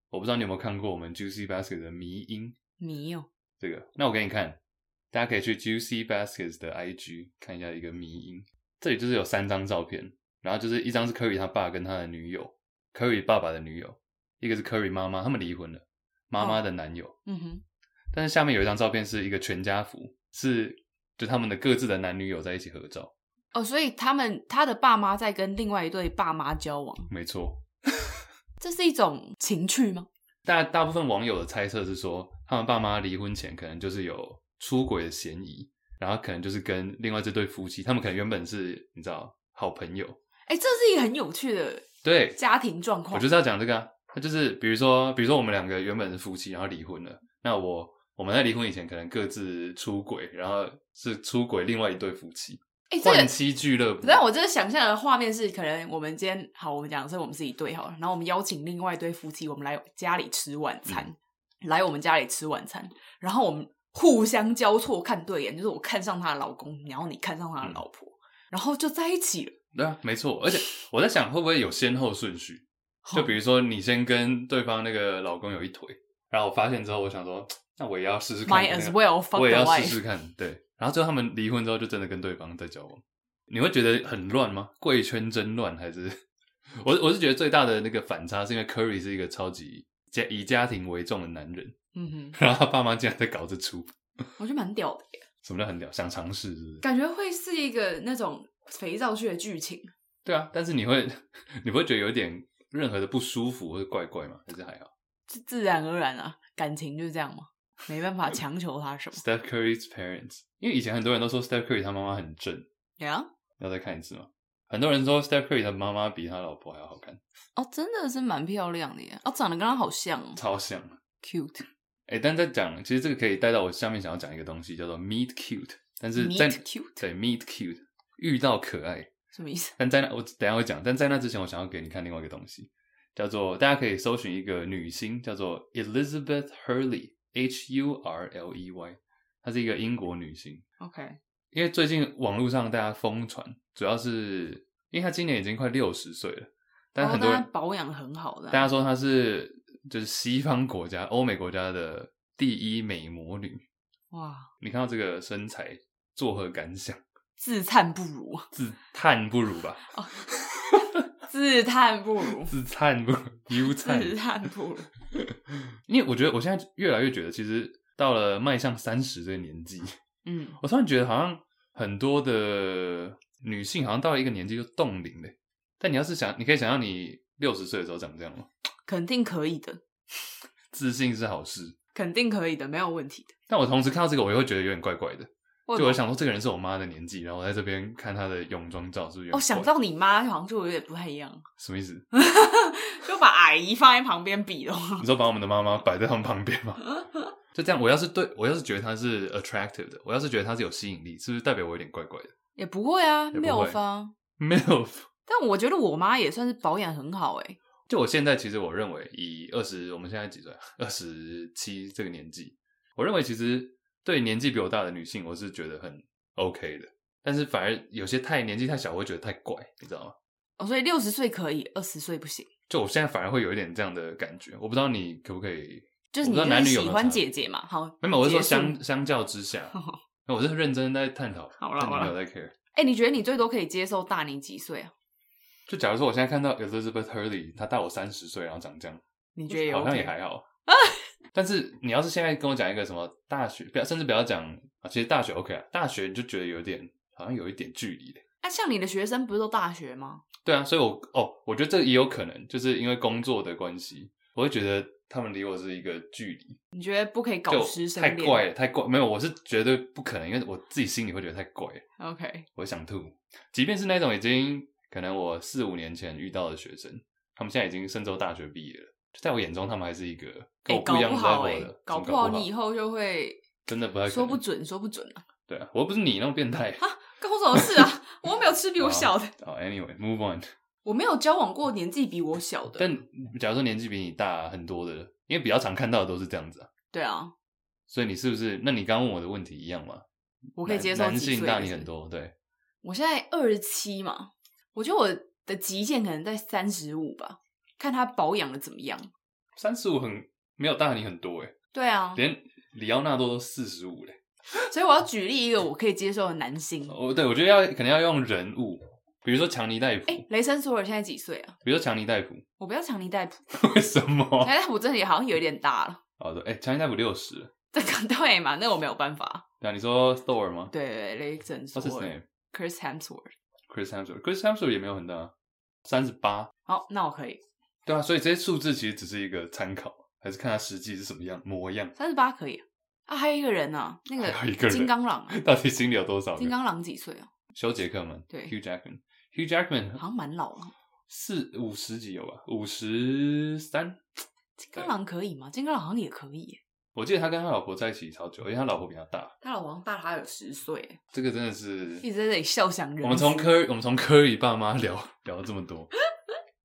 Speaker 1: 我不知道你有没有看过我们 Juicy Basket 的迷音
Speaker 2: 迷哦，
Speaker 1: 这个，那我给你看，大家可以去 Juicy Baskets 的 IG 看一下一个迷音，这里就是有三张照片，然后就是一张是 Curry 他爸跟他的女友，Curry 爸爸的女友，一个是 Curry 妈妈，他们离婚了，妈妈的男友，
Speaker 2: 嗯哼，
Speaker 1: 但是下面有一张照片是一个全家福，是就他们的各自的男女友在一起合照，
Speaker 2: 哦，所以他们他的爸妈在跟另外一对爸妈交往，
Speaker 1: 没错。
Speaker 2: 这是一种情趣吗？
Speaker 1: 大大部分网友的猜测是说，他们爸妈离婚前可能就是有出轨的嫌疑，然后可能就是跟另外这对夫妻，他们可能原本是你知道好朋友，
Speaker 2: 哎，这是一个很有趣的
Speaker 1: 对，
Speaker 2: 家庭状
Speaker 1: 我
Speaker 2: 况。
Speaker 1: 就是要讲这个、啊，那就是比如说，比如说我们两个原本是夫妻，然后离婚了，那我。我们在离婚以前可能各自出轨，然后是出轨另外一对夫妻，
Speaker 2: 哎、这
Speaker 1: 换
Speaker 2: 个。啊
Speaker 1: 妻俱乐部。
Speaker 2: 但我这想象的画面是，可能我们今天好，我们讲是我们自己对好了，然后我们邀请另外一对夫妻，我们来家里吃晚餐，
Speaker 1: 嗯
Speaker 2: 来我们家里吃晚餐，然后我们互相交错看对眼，就是我看上她的老公，然后你看上她
Speaker 1: 嗯
Speaker 2: 的老婆，然后就在一起了。
Speaker 1: 对啊，没错。而且我在想，会不会有先后顺序？就比如说，你先跟对方那个老公有一腿，然后我发现之后，我想说，那我也要试试看、
Speaker 2: Might
Speaker 1: 那个
Speaker 2: as well fuck
Speaker 1: 我也
Speaker 2: the
Speaker 1: 要
Speaker 2: wife
Speaker 1: 试试看。对，然后最后他们离婚之后，就真的跟对方在交往。你会觉得很乱吗？贵圈真乱，还是 我我是觉得最大的那个反差是因为 Curry 是一个超级家以家庭为重的男人，
Speaker 2: 嗯
Speaker 1: 然后他爸妈竟然在搞这出，
Speaker 2: 哼，我觉得蛮屌的耶，
Speaker 1: 什么叫很屌？想尝试是不是？
Speaker 2: 感觉会是一个那种肥皂剧的剧情。
Speaker 1: 对啊，但是你会 你不会觉得有一点任何的不舒服或者怪怪吗？还是还好？
Speaker 2: 自自然而然啊，感情就是这样嘛，没办法强求他什么。
Speaker 1: Steph Curry's parents，因为以前很多人都说 Steph Curry 他妈妈很正，
Speaker 2: 呀，
Speaker 1: 要再看一次吗？很多人说 Steph Curry 的妈妈比他老婆还要好看，
Speaker 2: 哦，真的是蛮漂亮的耶，哦，长得跟他好像哦
Speaker 1: 超像。
Speaker 2: ，cute。
Speaker 1: 哎、但在讲，其实这个可以带到我下面想要讲一个东西，叫做 meet cute。但是在
Speaker 2: Meet cute
Speaker 1: 对 meet cute 遇到可爱，
Speaker 2: 什么意思？
Speaker 1: 但在那我等一下会讲，但在那之前，我想要给你看另外一个东西，叫做大家可以搜寻一个女星，叫做 Elizabeth Hurley，H U R L E Y，她是一个英国女星。
Speaker 2: OK，
Speaker 1: 因为最近网络上大家疯传，主要是因为他今年已经快六十岁了，但
Speaker 2: 哦
Speaker 1: 很多人、
Speaker 2: 那他保养很好的啊
Speaker 1: 大家说她是就是西方国家、欧美国家的第一美魔女。
Speaker 2: 哇，
Speaker 1: 你看到这个身材，作何感想？
Speaker 2: 自叹不如，
Speaker 1: 自叹不如吧，，
Speaker 2: 自叹不如
Speaker 1: 自叹不如，忧叹。
Speaker 2: 自叹不 如。
Speaker 1: 因为我觉得我现在越来越觉得，其实到了迈向三十这个年纪，
Speaker 2: 嗯，
Speaker 1: 我突然觉得好像很多的女性好像到了一个年纪就冻龄了。但你要是想，你可以想象你六十岁的时候长这样吗？
Speaker 2: 肯定可以的，
Speaker 1: 自信是好事，
Speaker 2: 肯定可以的，没有问题的。
Speaker 1: 但我同时看到这个，我也会觉得有点怪怪的。
Speaker 2: 为什
Speaker 1: 就
Speaker 2: 么
Speaker 1: 我想说，这个人是我妈的年纪，然后我在这边看她的泳装照，是不是有点
Speaker 2: 哦，想
Speaker 1: 怪
Speaker 2: 到你妈好像就有点不太一样，
Speaker 1: 什么意思？
Speaker 2: 就把阿姨放在旁边比的话，
Speaker 1: 你说把我们的妈妈摆在他们旁边吗？就这样，我要是对我要是觉得她是 attractive 的，我要是觉得她是有吸引力，是不是代表我有点怪怪的？
Speaker 2: 也不会啊，
Speaker 1: 不会
Speaker 2: 没有方。
Speaker 1: 没有，
Speaker 2: 但我觉得我妈也算是保养很好哎、
Speaker 1: 就我现在，其实我认为以二十，我们现在几岁啊？二十七这个年纪，我认为其实对年纪比我大的女性，我是觉得很 OK 的。但是反而有些太年纪太小，我会觉得太怪，你知道吗？
Speaker 2: 哦，所以六十岁可以，二十岁不行。
Speaker 1: 就我现在反而会有一点这样的感觉，我不知道你可不可以？
Speaker 2: 就是你
Speaker 1: 我不知道
Speaker 2: 就是
Speaker 1: 男女有没
Speaker 2: 喜
Speaker 1: 有
Speaker 2: 欢
Speaker 1: 差别
Speaker 2: 姐姐嘛？好，
Speaker 1: 没有，我是说
Speaker 2: 结束
Speaker 1: 相相较之下， 那我是认真在探讨。
Speaker 2: 好啦
Speaker 1: 但你
Speaker 2: 好啦
Speaker 1: 没有在 care。
Speaker 2: 哎、你觉得你最多可以接受大你几岁啊？
Speaker 1: 就假如说我现在看到 Elizabeth Hurley，她大我三十岁，然后长这样，
Speaker 2: 你觉得有、
Speaker 1: 好像也还 好。但是你要是现在跟我讲一个什么大学，不要甚至不要讲啊，其实大学 OK 啊，大学你就觉得有点好像有一点距离嘞。
Speaker 2: 啊，像你的学生不是都大学吗？
Speaker 1: 对啊，所以我哦，我觉得这个也有可能，就是因为工作的关系，我会觉得他们离我是一个距离，
Speaker 2: 你觉得不可以搞
Speaker 1: 就
Speaker 2: 师生
Speaker 1: 太
Speaker 2: 恋？
Speaker 1: 怪了，太怪，没有，我是绝对不可能，因为我自己心里会觉得太怪了，
Speaker 2: OK，
Speaker 1: 我想吐。即便是那种已经可能我四五年前遇到的学生，他们现在已经深州大学毕业了，就在我眼中，他们还是一个跟
Speaker 2: 哎、
Speaker 1: 我不
Speaker 2: 搞
Speaker 1: 一样
Speaker 2: 不
Speaker 1: 的
Speaker 2: 好
Speaker 1: level
Speaker 2: 哎、
Speaker 1: 的，
Speaker 2: 搞
Speaker 1: 怎么
Speaker 2: 不好你以后 就会
Speaker 1: 真的不呃太可能
Speaker 2: 说不准，说不准啊，
Speaker 1: 对啊，我又不是你那种变态。
Speaker 2: 关我什么事啊？我又没有吃 比我小的，
Speaker 1: 好，Anyway，move on。
Speaker 2: 我没有交往过年纪比我小的。
Speaker 1: 但假如说年纪比你大很多的，因为比较常看到的都是这样子啊，
Speaker 2: 对啊，
Speaker 1: 所以你是不是？那你刚刚问我的问题一样嘛？
Speaker 2: 我可以
Speaker 1: 男
Speaker 2: 接受
Speaker 1: 男
Speaker 2: 几岁
Speaker 1: 性大
Speaker 2: 的
Speaker 1: 你
Speaker 2: 是
Speaker 1: 很多，对，
Speaker 2: 我现在二十七嘛，我觉得我的极限可能在三十五吧，看他保养的怎么样。
Speaker 1: 三十五很没有大你很多哎，
Speaker 2: 对啊，
Speaker 1: 连里奥纳多都四十五嘞。
Speaker 2: 所以我要举例一个我可以接受的男星。
Speaker 1: 哦，对，我觉得要可能要用人物，比如说强尼戴普，
Speaker 2: 哎、雷神索尔现在几岁啊？
Speaker 1: 比如说强尼戴普，
Speaker 2: 我不要强尼戴普，
Speaker 1: 为什么？
Speaker 2: 强尼戴普真的也好像有一点大了。
Speaker 1: 好的，哎，强尼戴普六十了，
Speaker 2: 这个 对嘛？那我没有办法。
Speaker 1: 对啊，你说 Thor 吗？
Speaker 2: 对对，雷神索
Speaker 1: What's his
Speaker 2: 尔，Chris Hemsworth。
Speaker 1: name？Chris Hemsworth，Chris Hemsworth 也没有很大，啊三十八，
Speaker 2: 好，那我可以，
Speaker 1: 对啊，所以这些数字其实只是一个参考，还是看他实际是什么样模样，
Speaker 2: 三十八可以。啊，还有一个人啊，那
Speaker 1: 还有一个人
Speaker 2: 金刚狼啊，
Speaker 1: 到底心里有多少个？
Speaker 2: 金刚狼几岁啊？
Speaker 1: 修杰克曼，
Speaker 2: 对
Speaker 1: ，Hugh Jackman，Hugh Jackman
Speaker 2: 好像蛮老了。
Speaker 1: 四五十几有吧，五十三，
Speaker 2: 金刚狼可以吗？金刚狼好像也可以耶。
Speaker 1: 我记得他跟他老婆在一起超久，因为他老婆比他大。
Speaker 2: 他老王大他有十岁，
Speaker 1: 这个真的是
Speaker 2: 一直在这里笑想人死。
Speaker 1: 我们从科我们从科里爸妈聊聊了这么多，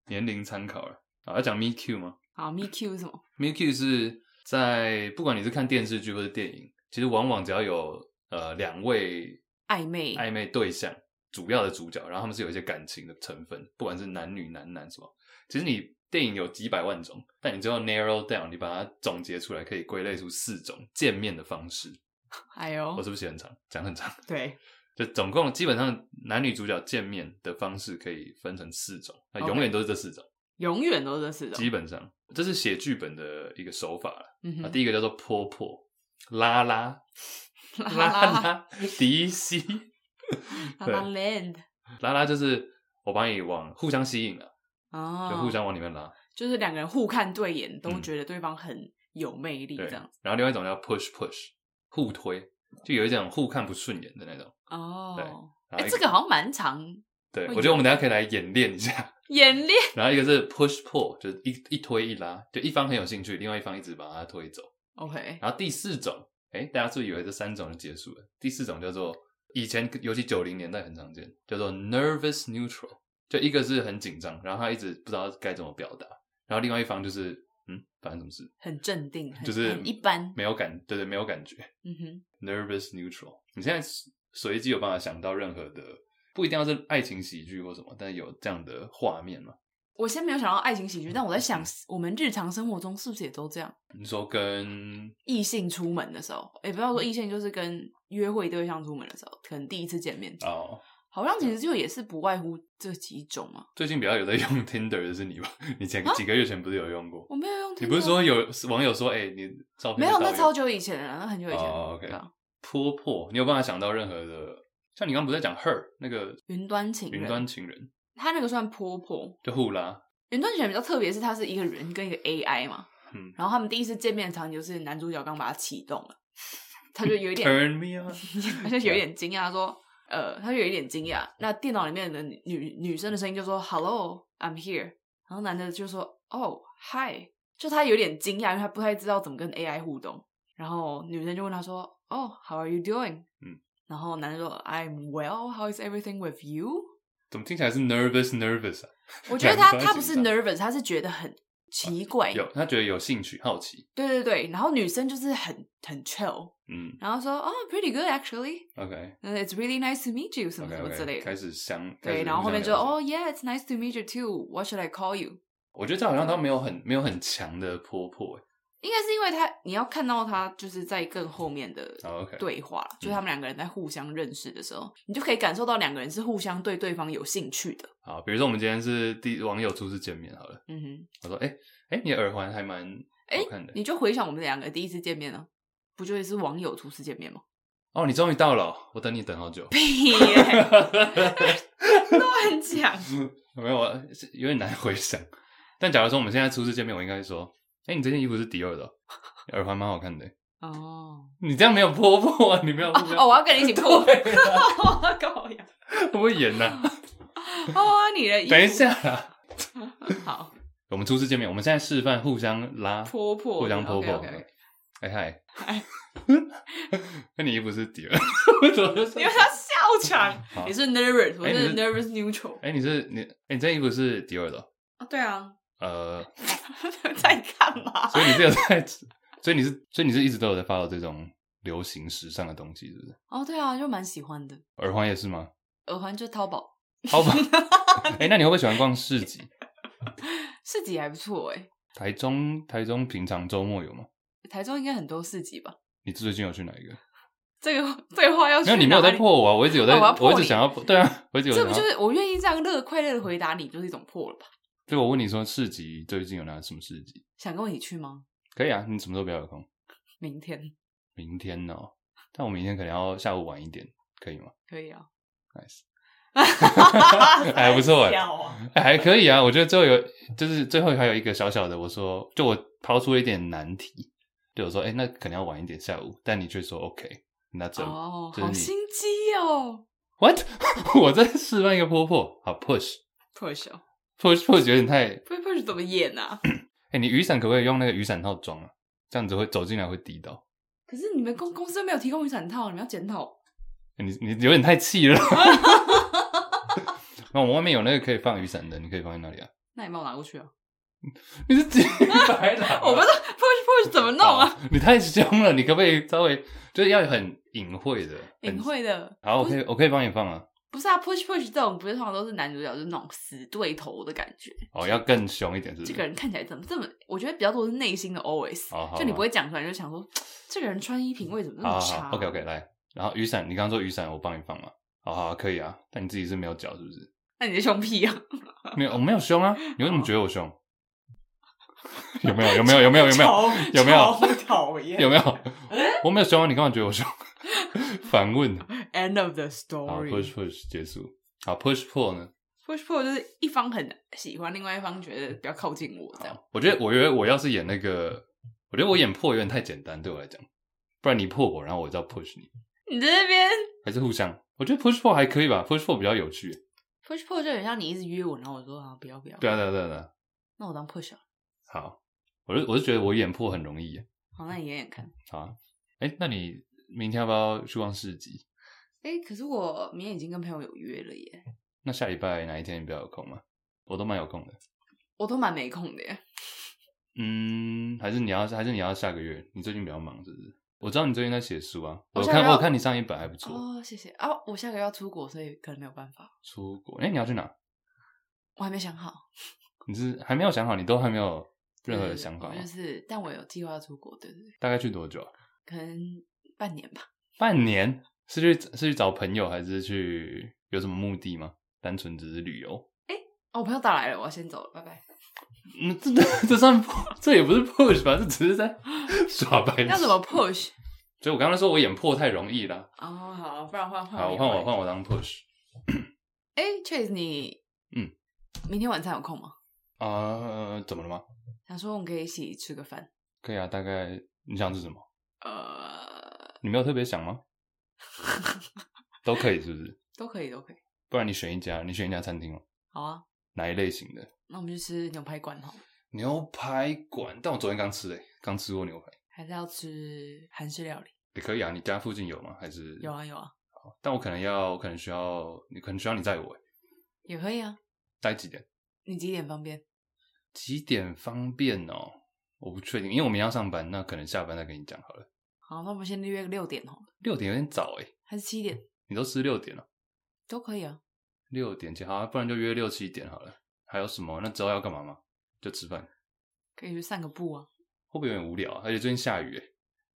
Speaker 1: 年龄参考了啊，要讲 Me Q 吗
Speaker 2: 啊，Me Q 是什么？
Speaker 1: ？Me Q 是在不管你是看电视剧或是电影，其实往往只要有呃两位
Speaker 2: 暧昧
Speaker 1: 暧昧对象，主要的主角，然后他们是有一些感情的成分，不管是男女、男男什么。其实你电影有几百万种，但你只要 narrow down，你把它总结出来，可以归类出四种见面的方式。
Speaker 2: 哎
Speaker 1: 我
Speaker 2: 呦，
Speaker 1: 是不是写很长？讲很长。
Speaker 2: 对，
Speaker 1: 就总共基本上男女主角见面的方式可以分成四种，那永远
Speaker 2: OK
Speaker 1: 都是这四种。
Speaker 2: 永远都是这四种
Speaker 1: 基。本上这是写剧本的一个手法了。
Speaker 2: 嗯
Speaker 1: 啊，
Speaker 2: 哼，
Speaker 1: 第一个叫做坡坡拉拉
Speaker 2: 拉
Speaker 1: 拉
Speaker 2: 拉
Speaker 1: 拉迪西，
Speaker 2: 拉
Speaker 1: 对
Speaker 2: 拉 land
Speaker 1: 拉拉就是我把你往互相吸引了、
Speaker 2: 啊，
Speaker 1: 就互相往里面拉。
Speaker 2: 就是两个人互看对眼，都
Speaker 1: 嗯
Speaker 2: 觉得对方很有魅力，
Speaker 1: 对，
Speaker 2: 这样子。
Speaker 1: 然后另外一种叫 push push，互推，就有一种互看不顺眼的那种。
Speaker 2: 哦，
Speaker 1: 然后
Speaker 2: 哎，
Speaker 1: 一
Speaker 2: 这个好像蛮长
Speaker 1: 对，我
Speaker 2: 会
Speaker 1: 觉得
Speaker 2: 有
Speaker 1: 我们等一下可以来演练一下。
Speaker 2: 演练
Speaker 1: 然后一个是 push pull，就是一一推一拉，就一方很有兴趣，另外一方一直把他推走。
Speaker 2: ，OK，
Speaker 1: 然后第四种，哎，大家是不是以为这三种就结束了？第四种叫做以前，尤其九零年代很常见，叫做 nervous neutral，就一个是很紧张，然后他一直不知道该怎么表达，然后另外一方就是嗯，发生什么事，
Speaker 2: 很镇定，很
Speaker 1: 就是
Speaker 2: 很一般。
Speaker 1: 没有感，对对，没有感觉
Speaker 2: 嗯哼，
Speaker 1: ，nervous neutral。你现在随随机有办法想到任何的，不一定要是爱情喜剧或什么，但有这样的画面嘛？
Speaker 2: 我先没有想到爱情
Speaker 1: 嗯
Speaker 2: 喜剧，但我在想，我们日常生活中是不是也都这样？
Speaker 1: 你说跟
Speaker 2: 异性出门的时候，也不要
Speaker 1: 嗯
Speaker 2: 说异性，就是跟约会对象出门的时候，可能第一次见面，
Speaker 1: 哦，
Speaker 2: 好像其实就也是不外乎这几种啊嘛。
Speaker 1: 最近比较有在用 Tinder 的是你吧？你前几个月前不是有用过？
Speaker 2: 我没有用 Tinder，
Speaker 1: 你不是说有网友说，哎、你照片
Speaker 2: 啊没有？
Speaker 1: 被
Speaker 2: 那
Speaker 1: 盗
Speaker 2: 超
Speaker 1: 用
Speaker 2: 久以前了，那很久以前。
Speaker 1: 哦，OK
Speaker 2: 对啊
Speaker 1: 戳破？你有办法想到任何的？像你刚不是在讲 her 那个
Speaker 2: 云端情人，
Speaker 1: 云端情人
Speaker 2: 他那个算婆婆，
Speaker 1: 就互拉，
Speaker 2: 云端情人比较特别，是它是一个人跟一个 AI 嘛，
Speaker 1: 嗯
Speaker 2: 然后他们第一次见面的场景就是男主角刚把它启动了，他就有一 点，
Speaker 1: ，turn me on，
Speaker 2: 他就有一点惊讶说，呃，他就有一点惊讶。那电脑里面的女女女生的声音就说，Hello，I'm here，然后男的就说，哦、h hi，就他有点惊讶，因为他不太知道怎么跟 AI 互动。然后女生就问他说，哦、h o w are you doing？
Speaker 1: 嗯，
Speaker 2: 然后男的说，I'm well，How is everything with you？
Speaker 1: 怎么听起来是 nervous nervous 啊？
Speaker 2: 我觉得
Speaker 1: 两
Speaker 2: 他
Speaker 1: 个都在
Speaker 2: 他不是
Speaker 1: 紧张
Speaker 2: nervous，他是觉得很奇怪，
Speaker 1: 有他觉得有兴趣好奇，
Speaker 2: 对对对，然后女生就是很很 chill，
Speaker 1: 嗯
Speaker 2: 然后说哦、p r e t t y good actually，
Speaker 1: ，OK
Speaker 2: 呃 it's really nice to meet you 什么
Speaker 1: OK
Speaker 2: 什么之
Speaker 1: OK，
Speaker 2: 类
Speaker 1: 开
Speaker 2: 的。
Speaker 1: 始想，开
Speaker 2: 对，
Speaker 1: 始
Speaker 2: 然后后面就
Speaker 1: 互相了
Speaker 2: 哦、
Speaker 1: 解，
Speaker 2: y e a h it's nice to meet you too，what should I call you？
Speaker 1: 我觉得这好像他没有很没有很强的戳破，欸
Speaker 2: 应该是因为他你要看到他就是在更后面的
Speaker 1: 哎哦，OK，，
Speaker 2: 对话，就是他们两个人在互相认识的时候，你就可以感受到两个人是互相对对方有兴趣的。
Speaker 1: 好，比如说我们今天是第网友初次见面好了，
Speaker 2: 嗯哼，
Speaker 1: 我说，哎、哎、你的耳环还蛮
Speaker 2: 哎
Speaker 1: 好看的，
Speaker 2: 你就回想我们两个第一次见面呢，不就是网友初次见 面吗？
Speaker 1: 哦，你终于到了哦，我等你等好 久。
Speaker 2: 屁耶，乱讲。
Speaker 1: 没有，啊，是有点难回想。但假如说我们现在初次见面，我应该说：“哎、你这件衣服是迪奥的哦、耳环蛮好看的。
Speaker 2: 哦”
Speaker 1: 你这样没有婆婆 啊？你没有
Speaker 2: 哦
Speaker 1: 没有
Speaker 2: 哦，我要跟你一起 破。
Speaker 1: 对啊
Speaker 2: 搞呀！
Speaker 1: 会不会演 呐、
Speaker 2: 哦，你的衣服
Speaker 1: 等一，下啦，
Speaker 2: 好
Speaker 1: 我们初次见面，我们现在示范互相拉，
Speaker 2: 婆婆，
Speaker 1: 互相婆婆
Speaker 2: OK，OK，OK。
Speaker 1: 哎嗨
Speaker 2: 嗨，
Speaker 1: 那你衣服是迪奥？ 为什么就
Speaker 2: 因
Speaker 1: 是
Speaker 2: 为？他笑场
Speaker 1: 好，
Speaker 2: 你是 nervous，我
Speaker 1: 哎你
Speaker 2: 是
Speaker 1: 是
Speaker 2: nervous neutral。
Speaker 1: 哎、你是你，哎、你这件衣服是迪奥的哦、
Speaker 2: 啊对啊，
Speaker 1: 呃，
Speaker 2: 在干嘛？
Speaker 1: 所以你是有在， 所以你是，所以你是一直都有在发到这种流行时尚的东西，是不是？
Speaker 2: 哦，对啊，就蛮喜欢的。
Speaker 1: 耳环也是吗？
Speaker 2: 耳环就淘宝
Speaker 1: 好 吧。哎、那你会不会喜欢逛市集？
Speaker 2: 市集还不错哎，
Speaker 1: 台中，台中平常周末有吗？
Speaker 2: 台中应该很多市集吧？
Speaker 1: 你最近有去哪一个？
Speaker 2: 这个对话要去
Speaker 1: 没有，你没有
Speaker 2: 哪
Speaker 1: 在
Speaker 2: 里
Speaker 1: 破我啊！我一直有在，
Speaker 2: 哦我要破
Speaker 1: 一直
Speaker 2: 你
Speaker 1: 想要破，对啊，我一直有想
Speaker 2: 这
Speaker 1: 要。
Speaker 2: 不就是我愿意这样乐快乐的回答你，就是一种破了吧？
Speaker 1: 就我问你说市集最近有哪什么市集？
Speaker 2: 想跟我一起去吗？
Speaker 1: 可以啊，你什么时候比较有空？
Speaker 2: 明天
Speaker 1: 明天哦，但我明天可能要下午晚一点，可以吗
Speaker 2: 可以啊。
Speaker 1: ？Nice，还不错哎
Speaker 2: 笑啊
Speaker 1: 哎还可以啊。我觉得最后有，就是最后还有一个小小的，我说就我抛出了一点难题，对我说，哎、那可能要晚一点下午，但你却说 OK，那这
Speaker 2: 哦，
Speaker 1: 这是
Speaker 2: 好
Speaker 1: 你
Speaker 2: 心机哦
Speaker 1: What？我 在示范一个婆婆。好，push
Speaker 2: ，push 哦
Speaker 1: push push 有点太……
Speaker 2: push push 怎么演啊？
Speaker 1: 哎、你雨伞可不可以用那个雨伞套装啊？这样子会走进来会滴到。
Speaker 2: 可是你们公公司没有提供雨伞套，你们要检讨。
Speaker 1: 哎你你有点太气了。 那我们外面有那个可以放雨伞的，你可以放在那里啊。
Speaker 2: 那你帮我拿过去啊！
Speaker 1: 你是几白狼啊？
Speaker 2: 我不知道 push push 怎么弄啊，
Speaker 1: 好？你太凶了，你可不可以稍微就是要很隐晦的？很
Speaker 2: 隐。晦的。
Speaker 1: 好，我
Speaker 2: 不
Speaker 1: 可
Speaker 2: 是
Speaker 1: 以，我可以帮你放啊。
Speaker 2: 不是啊，push push 这种不是通常都是男主角就是那种死对头的感觉。
Speaker 1: 哦，要更凶一点，是不
Speaker 2: 这
Speaker 1: 是？
Speaker 2: 个人看起来怎么这么？我觉得比较多是内心的 OS，、
Speaker 1: 哦好好好
Speaker 2: 就你不会讲出来，就想说这个人穿衣品味怎么那
Speaker 1: 好
Speaker 2: 么
Speaker 1: 好
Speaker 2: 差、啊
Speaker 1: 好，OK OK，来。然后雨伞，你刚刚说雨伞，我帮你放嘛。好好，可以啊。但你自己是没有脚，是不是？
Speaker 2: 那你的胸屁啊，
Speaker 1: 没有，我没有凶啊。你为什么觉得我凶？ 有没有？有没有？有没有？有没有？有没有
Speaker 2: 超讨厌
Speaker 1: 有没有？ 我没有凶啊，你干嘛觉得我凶？ 反问。
Speaker 2: ？End of the
Speaker 1: 好
Speaker 2: story。
Speaker 1: ，push push 结束。好，push pull 呢？
Speaker 2: push pull 就是一方很喜欢，另外一方觉得不要靠近我这样。
Speaker 1: 我觉得，我觉得我要是演那个，我觉得我演破有点太简单，对我来讲。不然你破我，然后我再 push 你，
Speaker 2: 你在那边
Speaker 1: 还是互相？我觉得 push pull 还可以吧，push pull 比较有趣。
Speaker 2: push pull 就很像你一直约我，然后我说啊不要不要，
Speaker 1: 对啊，对啊，对啊，对啊。
Speaker 2: 那我当 push 啊。
Speaker 1: 好，我就我就觉得我演破很容易耶。
Speaker 2: 好，那你演演看。
Speaker 1: 好啊，哎、那你明天要不要去逛市集？
Speaker 2: 哎、可是我明天已经跟朋友有约了耶，
Speaker 1: 那下礼拜哪一天你比较有空吗？我都蛮有空的。
Speaker 2: 我都蛮没空的耶。
Speaker 1: 嗯，还是你要，还是你要下个月？你最近比较忙，是不是？我知道你最近在写书啊，我
Speaker 2: 我
Speaker 1: 有
Speaker 2: 下
Speaker 1: 看
Speaker 2: 个月
Speaker 1: 我有
Speaker 2: 要
Speaker 1: 看你上一本还不错。
Speaker 2: 哦，谢谢啊，我下个月要出国，所以可能没有办法，
Speaker 1: 出国，哎、你要去哪？
Speaker 2: 我还没想好。
Speaker 1: 你是还没有想好，你都还没有任何
Speaker 2: 对
Speaker 1: 的
Speaker 2: 对
Speaker 1: 想法哦
Speaker 2: 我
Speaker 1: 吗？
Speaker 2: 就是，但我有计划出国，对对对，
Speaker 1: 大概去多久啊？
Speaker 2: 可能半年吧。
Speaker 1: 半年？是去是去找朋友，还是去有什么目的吗？单纯只是旅游？
Speaker 2: 哦，我朋友打来了，我要先走了，拜拜。
Speaker 1: 嗯，这这 这算这也不是 push 吧？这只是在 耍白痴。
Speaker 2: 要怎么？push？
Speaker 1: 所以我刚刚说我演破太容易啦。
Speaker 2: 哦，好，不然换换
Speaker 1: 好，我换我换。我当 push
Speaker 2: 哎，Chase，你
Speaker 1: 嗯，
Speaker 2: 明天晚餐有空吗？
Speaker 1: 啊、怎么了吗？
Speaker 2: 想说我们可以一起吃个饭。
Speaker 1: 可以啊，大概你想吃什么？
Speaker 2: 呃，
Speaker 1: 你没有特别想吗？都可以是不是？
Speaker 2: 都可以，都可以。
Speaker 1: 不然你选一家，你选一家餐厅哦，
Speaker 2: 好啊，
Speaker 1: 哪一类型的？
Speaker 2: 那我们去吃牛排馆好哦了，
Speaker 1: 牛排馆，但我昨天刚吃诶、欸刚吃过牛排，
Speaker 2: 还是要吃韩式料理？
Speaker 1: 也可以啊。你家附近有吗？还是
Speaker 2: 有啊，有啊，
Speaker 1: 但我可能要，我可能需要，你可能需要你载我、欸，
Speaker 2: 也可以啊。
Speaker 1: 待几点？
Speaker 2: 你几点方便？
Speaker 1: 几点方便哦？我不确定，因为我明天要上班，那可能下班再跟你讲好了。
Speaker 2: 好，那我们先约个六点哦，
Speaker 1: 六点有点早诶、欸
Speaker 2: 还是七点
Speaker 1: 你都吃六点了、
Speaker 2: 都可以啊。
Speaker 1: 六点前好、啊，不然就约六七点好了。还有什么？那之后要干嘛吗？就吃饭，
Speaker 2: 可以去散个步啊，
Speaker 1: 会不会有点无聊啊、而且最近下雨、欸，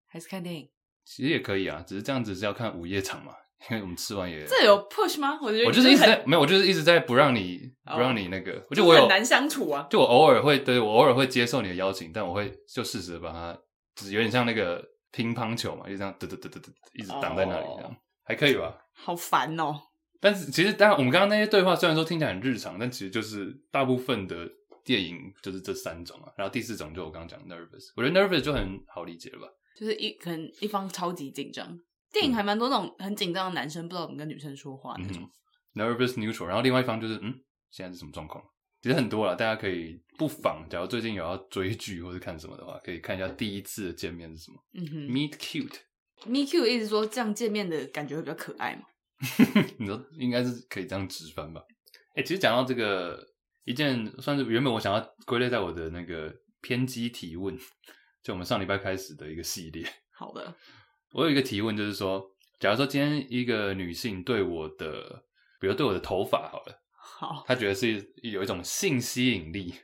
Speaker 2: 还是看电影？
Speaker 1: 其实也可以啊，只是这样子是要看午夜场嘛，因为我们吃完也。
Speaker 2: 这有 push 吗？我觉得
Speaker 1: 我就是
Speaker 2: 这
Speaker 1: 一直
Speaker 2: 很
Speaker 1: 在没有，我就是一直在不让你
Speaker 2: 哦
Speaker 1: 不让你那个，我
Speaker 2: 就
Speaker 1: 就我有
Speaker 2: 很难相处啊。
Speaker 1: 就我偶尔会对我偶尔会接受你的邀请，但我会就适时的把它，就是有点像那个乒乓球嘛，就这样嘚嘚嘚嘚嘚，一直挡在那里，
Speaker 2: 哦
Speaker 1: 这样、还可以吧？
Speaker 2: 好烦哦！
Speaker 1: 但是其实当然，我们刚刚那些对话虽然说听起来很日常，但其实就是大部分的电影就是这三种啊，然后第四种就我刚刚讲的 nervous，我觉得 nervous 就很好理解了吧？
Speaker 2: 就是一可能一方超级紧张，电影还蛮多那种很紧张的男生不知道怎么跟女生说话那种。
Speaker 1: 嗯，nervous neutral，然后另外一方就是嗯，现在是什么状况？其实很多了，大家可以不妨，假如最近有要追剧或者看什么的话，可以看一下第一次的见面是什么。
Speaker 2: 嗯哼
Speaker 1: Meet cute，
Speaker 2: ，Me Q 一直说这样见面的感觉会比较可爱嘛。
Speaker 1: 你说应该是可以这样直翻吧？哎、其实讲到这个，一件算是原本我想要归类在我的那个偏激提问，就我们上礼拜开始的一个系列。
Speaker 2: 好的，
Speaker 1: 我有一个提问，就是说，假如说今天一个女性对我的，比如对我的头发好了，
Speaker 2: 好
Speaker 1: 她觉得是有一种性吸引 力，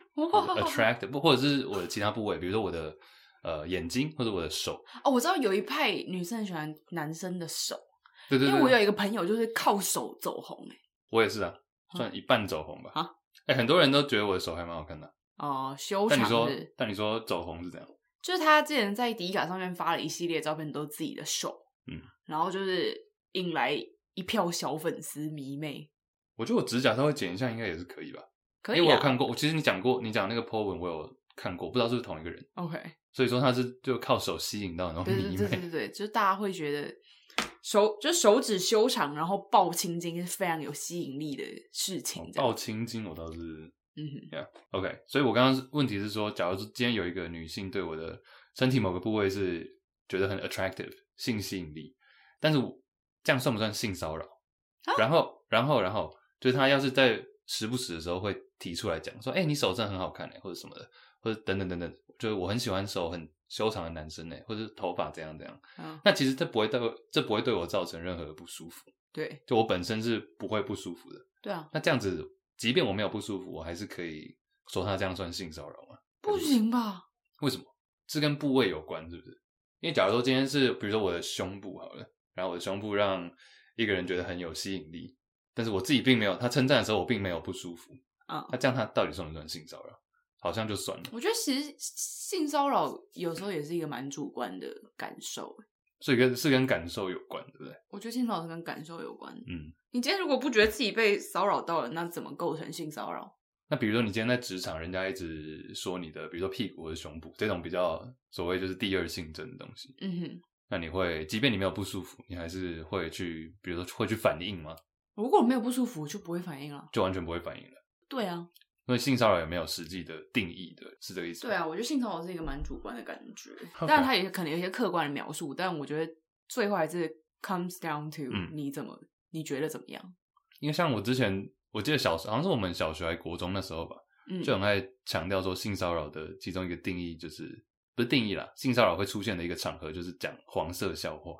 Speaker 1: attract 不，或者是我的其他部位，比如说我的呃眼睛或者我的手，
Speaker 2: 哦，我知道有一派女生很喜欢男生的手，
Speaker 1: 对对
Speaker 2: 因
Speaker 1: 对，
Speaker 2: 为我有一个朋友就是靠手走红哎、
Speaker 1: 我也是啊，
Speaker 2: 嗯
Speaker 1: 算一半走红吧。
Speaker 2: 啊，
Speaker 1: 哎、很多人都觉得我的手还蛮好看的，啊
Speaker 2: 哦、修
Speaker 1: 但你
Speaker 2: 长
Speaker 1: 说
Speaker 2: 是，
Speaker 1: 但你说走红是怎样？
Speaker 2: 就是他之前在迪卡上面发了一系列照片，都是自己的手，
Speaker 1: 嗯，
Speaker 2: 然后就是引来一票小粉丝迷妹，
Speaker 1: 我觉得我指甲稍微剪一下应该也是可以吧，
Speaker 2: 可以啊
Speaker 1: 因
Speaker 2: 啦
Speaker 1: 为我有看过，我其实你讲过，你讲那个 po 文我有看过，不知道是不是同一个人，
Speaker 2: OK，
Speaker 1: 所以说他是就靠手吸引到那种
Speaker 2: 对
Speaker 1: 哦迷
Speaker 2: 对对对
Speaker 1: 妹，
Speaker 2: 对对，就是大家会觉得手就是手指修长，然后抱青筋是非常有吸引力的事情。这样
Speaker 1: 哦抱青筋我倒是
Speaker 2: 嗯哼，
Speaker 1: OK，所以我刚刚问题是说，假如说今天有一个女性对我的身体某个部位是觉得很 attractive 性吸引力，但是我这样算不算性骚扰？然后，然后，然后，就是他要是在时不时的时候会提出来讲说，哎、你手真的很好看哎、或者什么的，或者等等等等，就是我很喜欢手很修长的男生哎、或者是头发怎样怎样。
Speaker 2: 嗯，
Speaker 1: 那其实这不会对我，这不会对我造成任何的不舒服，
Speaker 2: 对
Speaker 1: 就我本身是不会不舒服的。
Speaker 2: 对啊，
Speaker 1: 那这样子，即便我没有不舒服，我还是可以说他这样算性骚扰吗？
Speaker 2: 不行吧？
Speaker 1: 为什么？是跟部位有关，是不是？因为假如说今天是，比如说我的胸部好了，然后我的胸部让一个人觉得很有吸引力，但是我自己并没有，他称赞的时候我并没有不舒服，
Speaker 2: 嗯，
Speaker 1: 那这样他到底算不算性骚扰？好像就算了。
Speaker 2: 我觉得其实性骚扰有时候也是一个蛮主观的感受。
Speaker 1: 所以跟是跟感受有关，对不对？
Speaker 2: 我觉得性骚扰是跟感受有关。
Speaker 1: 嗯，
Speaker 2: 你今天如果不觉得自己被骚扰到了，那怎么构成性骚扰？
Speaker 1: 那比如说你今天在职场，人家一直说你的，比如说屁股或者胸部这种比较所谓就是第二性征的东西，
Speaker 2: 嗯哼，
Speaker 1: 那你会，即便你没有不舒服，你还是会去，比如说会去反应吗？
Speaker 2: 如果没有不舒服，就不会反应了。
Speaker 1: 就完全不会反应了。
Speaker 2: 对啊，
Speaker 1: 因为性骚扰也没有实际的定义的，是这个意思吗？
Speaker 2: 对啊，我觉得性骚扰是一个蛮主观的感觉
Speaker 1: OK
Speaker 2: 当然它也可能有一些客观的描述，但我觉得最后还是 comes down to
Speaker 1: 嗯
Speaker 2: 你怎么，你觉得怎么样？
Speaker 1: 因为像我之前，我记得小时好像是我们小学还国中那时候吧，
Speaker 2: 嗯，
Speaker 1: 就很爱强调说性骚扰的其中一个定义就是不是定义啦，性骚扰会出现的一个场合就是讲黄色笑话，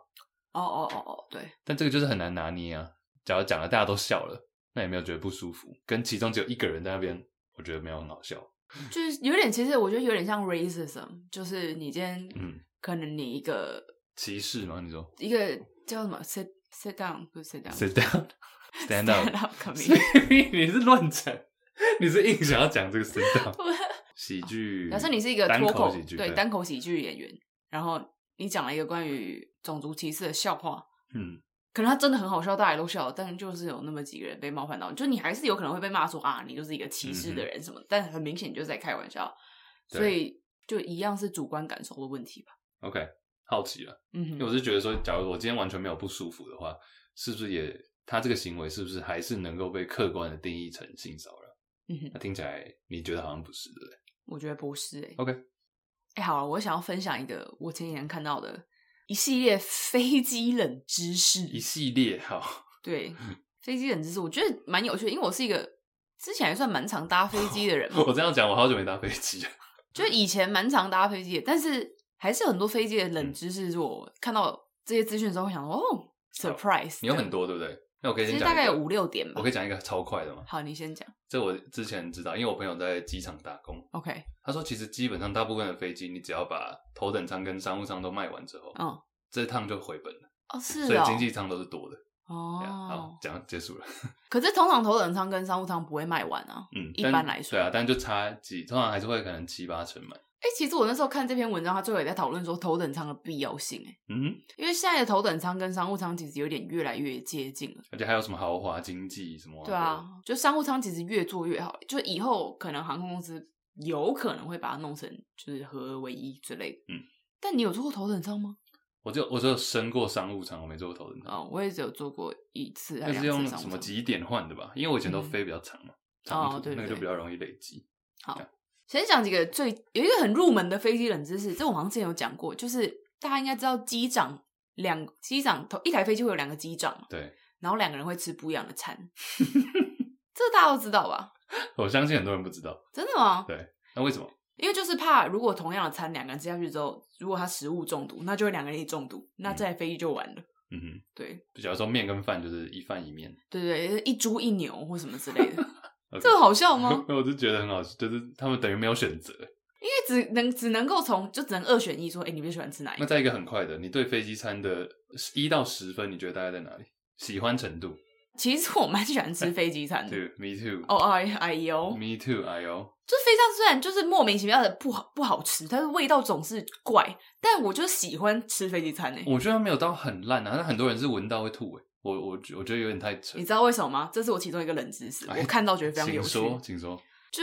Speaker 2: 哦哦哦哦，对，
Speaker 1: 但这个就是很难拿捏啊。假如讲了大家都笑了，那也没有觉得不舒服，跟其中只有一个人在那边，我觉得没有很好笑。
Speaker 2: 就是有点，其实我觉得有点像 racism，就是你今天
Speaker 1: 嗯，
Speaker 2: 可能你一个
Speaker 1: 歧视吗？你说
Speaker 2: 一个叫什么 sit sit down 不是 sit down
Speaker 1: sit down，stand up，
Speaker 2: up comedian，
Speaker 1: 你是乱讲，你是硬想要讲这个 stand up 喜剧。
Speaker 2: 假设你是一个
Speaker 1: 单
Speaker 2: 脱
Speaker 1: 口
Speaker 2: 口
Speaker 1: 喜剧，
Speaker 2: 对单口喜剧演员，然后你讲了一个关于种族歧视的笑话，
Speaker 1: 嗯，
Speaker 2: 可能他真的很好笑，大家也都笑，但就是有那么几个人被冒犯到，就你还是有可能会被骂说啊，你就是一个
Speaker 1: 嗯
Speaker 2: 歧视的人什么的，但很明显你就是在开玩笑，
Speaker 1: 对
Speaker 2: 所以就一样是主观感受的问题吧。
Speaker 1: OK，好奇了，
Speaker 2: 嗯
Speaker 1: 因为我
Speaker 2: 哼，
Speaker 1: 是觉得说，假如我今天完全没有不舒服的话，是不是也他这个行为是不是还是能够被客观的定义成性骚扰？
Speaker 2: 嗯哼，
Speaker 1: 那听起来你觉得好像不是对不对
Speaker 2: 我觉得不是哎、欸。
Speaker 1: ？OK，
Speaker 2: 哎、好了，我想要分享一个我前几天看到的一系列 飞机冷知识，
Speaker 1: 一系列好，
Speaker 2: 对，飞机冷知识我觉得蛮有趣的，因为我是一个之前还算蛮常搭飞机的人嘛，
Speaker 1: 我这样讲，我好久没搭飞机了。
Speaker 2: 就以前蛮常搭飞机的，但是还是有很多飞机的
Speaker 1: 嗯
Speaker 2: 冷知识，是我看到这些资讯的时候会想说，哦，surprise，
Speaker 1: 你有很，多对不对？那我可以
Speaker 2: 其
Speaker 1: 先
Speaker 2: 实
Speaker 1: 讲
Speaker 2: 大
Speaker 1: 一个，
Speaker 2: 概有五六点吧
Speaker 1: 我可。以讲一个超快的吗？
Speaker 2: 好，你先讲
Speaker 1: 这我之前知道，因为我朋友在机场打工，
Speaker 2: ，OK，
Speaker 1: 他说，其实基本上大部分的飞机，你只要把头等舱跟商务舱都卖完之后，
Speaker 2: 嗯，
Speaker 1: 这趟就回本了，
Speaker 2: 哦，是
Speaker 1: 所以
Speaker 2: 哦，
Speaker 1: 经济舱都是多的。对啊
Speaker 2: 哦
Speaker 1: 好，，讲结束了。
Speaker 2: 可是通常头等舱跟商务舱不会卖完啊。
Speaker 1: 嗯，
Speaker 2: 一
Speaker 1: 但
Speaker 2: 般来说
Speaker 1: 对啊，但就差几，通常还是会可能七八成满。
Speaker 2: 哎、其实我那时候看这篇文章，他最后也在讨论说头等舱的必要性、哎，
Speaker 1: 嗯，
Speaker 2: 因为现在的头等舱跟商务舱其实有点越来越接近了。
Speaker 1: 而且还有什么豪华经济什么？
Speaker 2: 对啊，，就商务舱其实越做越好，就以后可能航空公司有可能会把它弄成就是合二为一之类的。
Speaker 1: 嗯，
Speaker 2: 但你有坐过头等舱吗？
Speaker 1: 我就我只有升过商务舱，我没坐过头等舱，
Speaker 2: 哦，我也只有坐过一次还
Speaker 1: 嗯那是
Speaker 2: 两次商
Speaker 1: 用
Speaker 2: 务舱。嗯
Speaker 1: 什么几点换的吧？因为我以前都飞比较长嘛，长途
Speaker 2: 哦对
Speaker 1: 那个
Speaker 2: 对
Speaker 1: 就比较容易累积。
Speaker 2: 先讲几个最有一个很入门的飞机冷知识，这我好像之前有讲过，就是大家应该知道机长两机长头一台飞机会有两个机长嘛，
Speaker 1: 对，
Speaker 2: 然后两个人会吃不一样的餐， 这大家都知道吧？
Speaker 1: 我相信很多人不知道。
Speaker 2: 真的吗？
Speaker 1: 对，那为什么？
Speaker 2: 因为就是怕，如果同样的餐两个人吃下去之后，如果他食物中毒，那就会两个人一起中毒，那这台飞机就完了。
Speaker 1: 嗯哼，
Speaker 2: 对
Speaker 1: 就假如说面跟饭就是一饭一面，
Speaker 2: 对对，一猪一牛或什么 之类的，
Speaker 1: OK
Speaker 2: 这个好笑吗？
Speaker 1: 我就觉得很好笑，就是他们等于没有选择。
Speaker 2: 因为只能只能够从就只能二选一说，哎、你比较喜欢吃哪一
Speaker 1: 那
Speaker 2: 个？
Speaker 1: 再一个很快的，你对飞机餐的一到十分，你觉得大概在哪里？喜欢程度？
Speaker 2: 其实我蛮喜欢吃飞机餐的。
Speaker 1: 对，me too。
Speaker 2: 哦哎哎呦，
Speaker 1: Me too，哎呦，
Speaker 2: 就是飞机餐虽然就是莫名其妙的不好不好吃，但是味道总是怪，但我就喜欢吃飞机餐欸呢、
Speaker 1: 我觉得它没有到很烂啊，但很多人是闻到会吐哎、我我我觉得有点太扯
Speaker 2: 你。知道为什么吗？这是我其中一个冷知识，
Speaker 1: 哎
Speaker 2: 我看到觉得非常有
Speaker 1: 请
Speaker 2: 趣。
Speaker 1: 说，请说。
Speaker 2: 就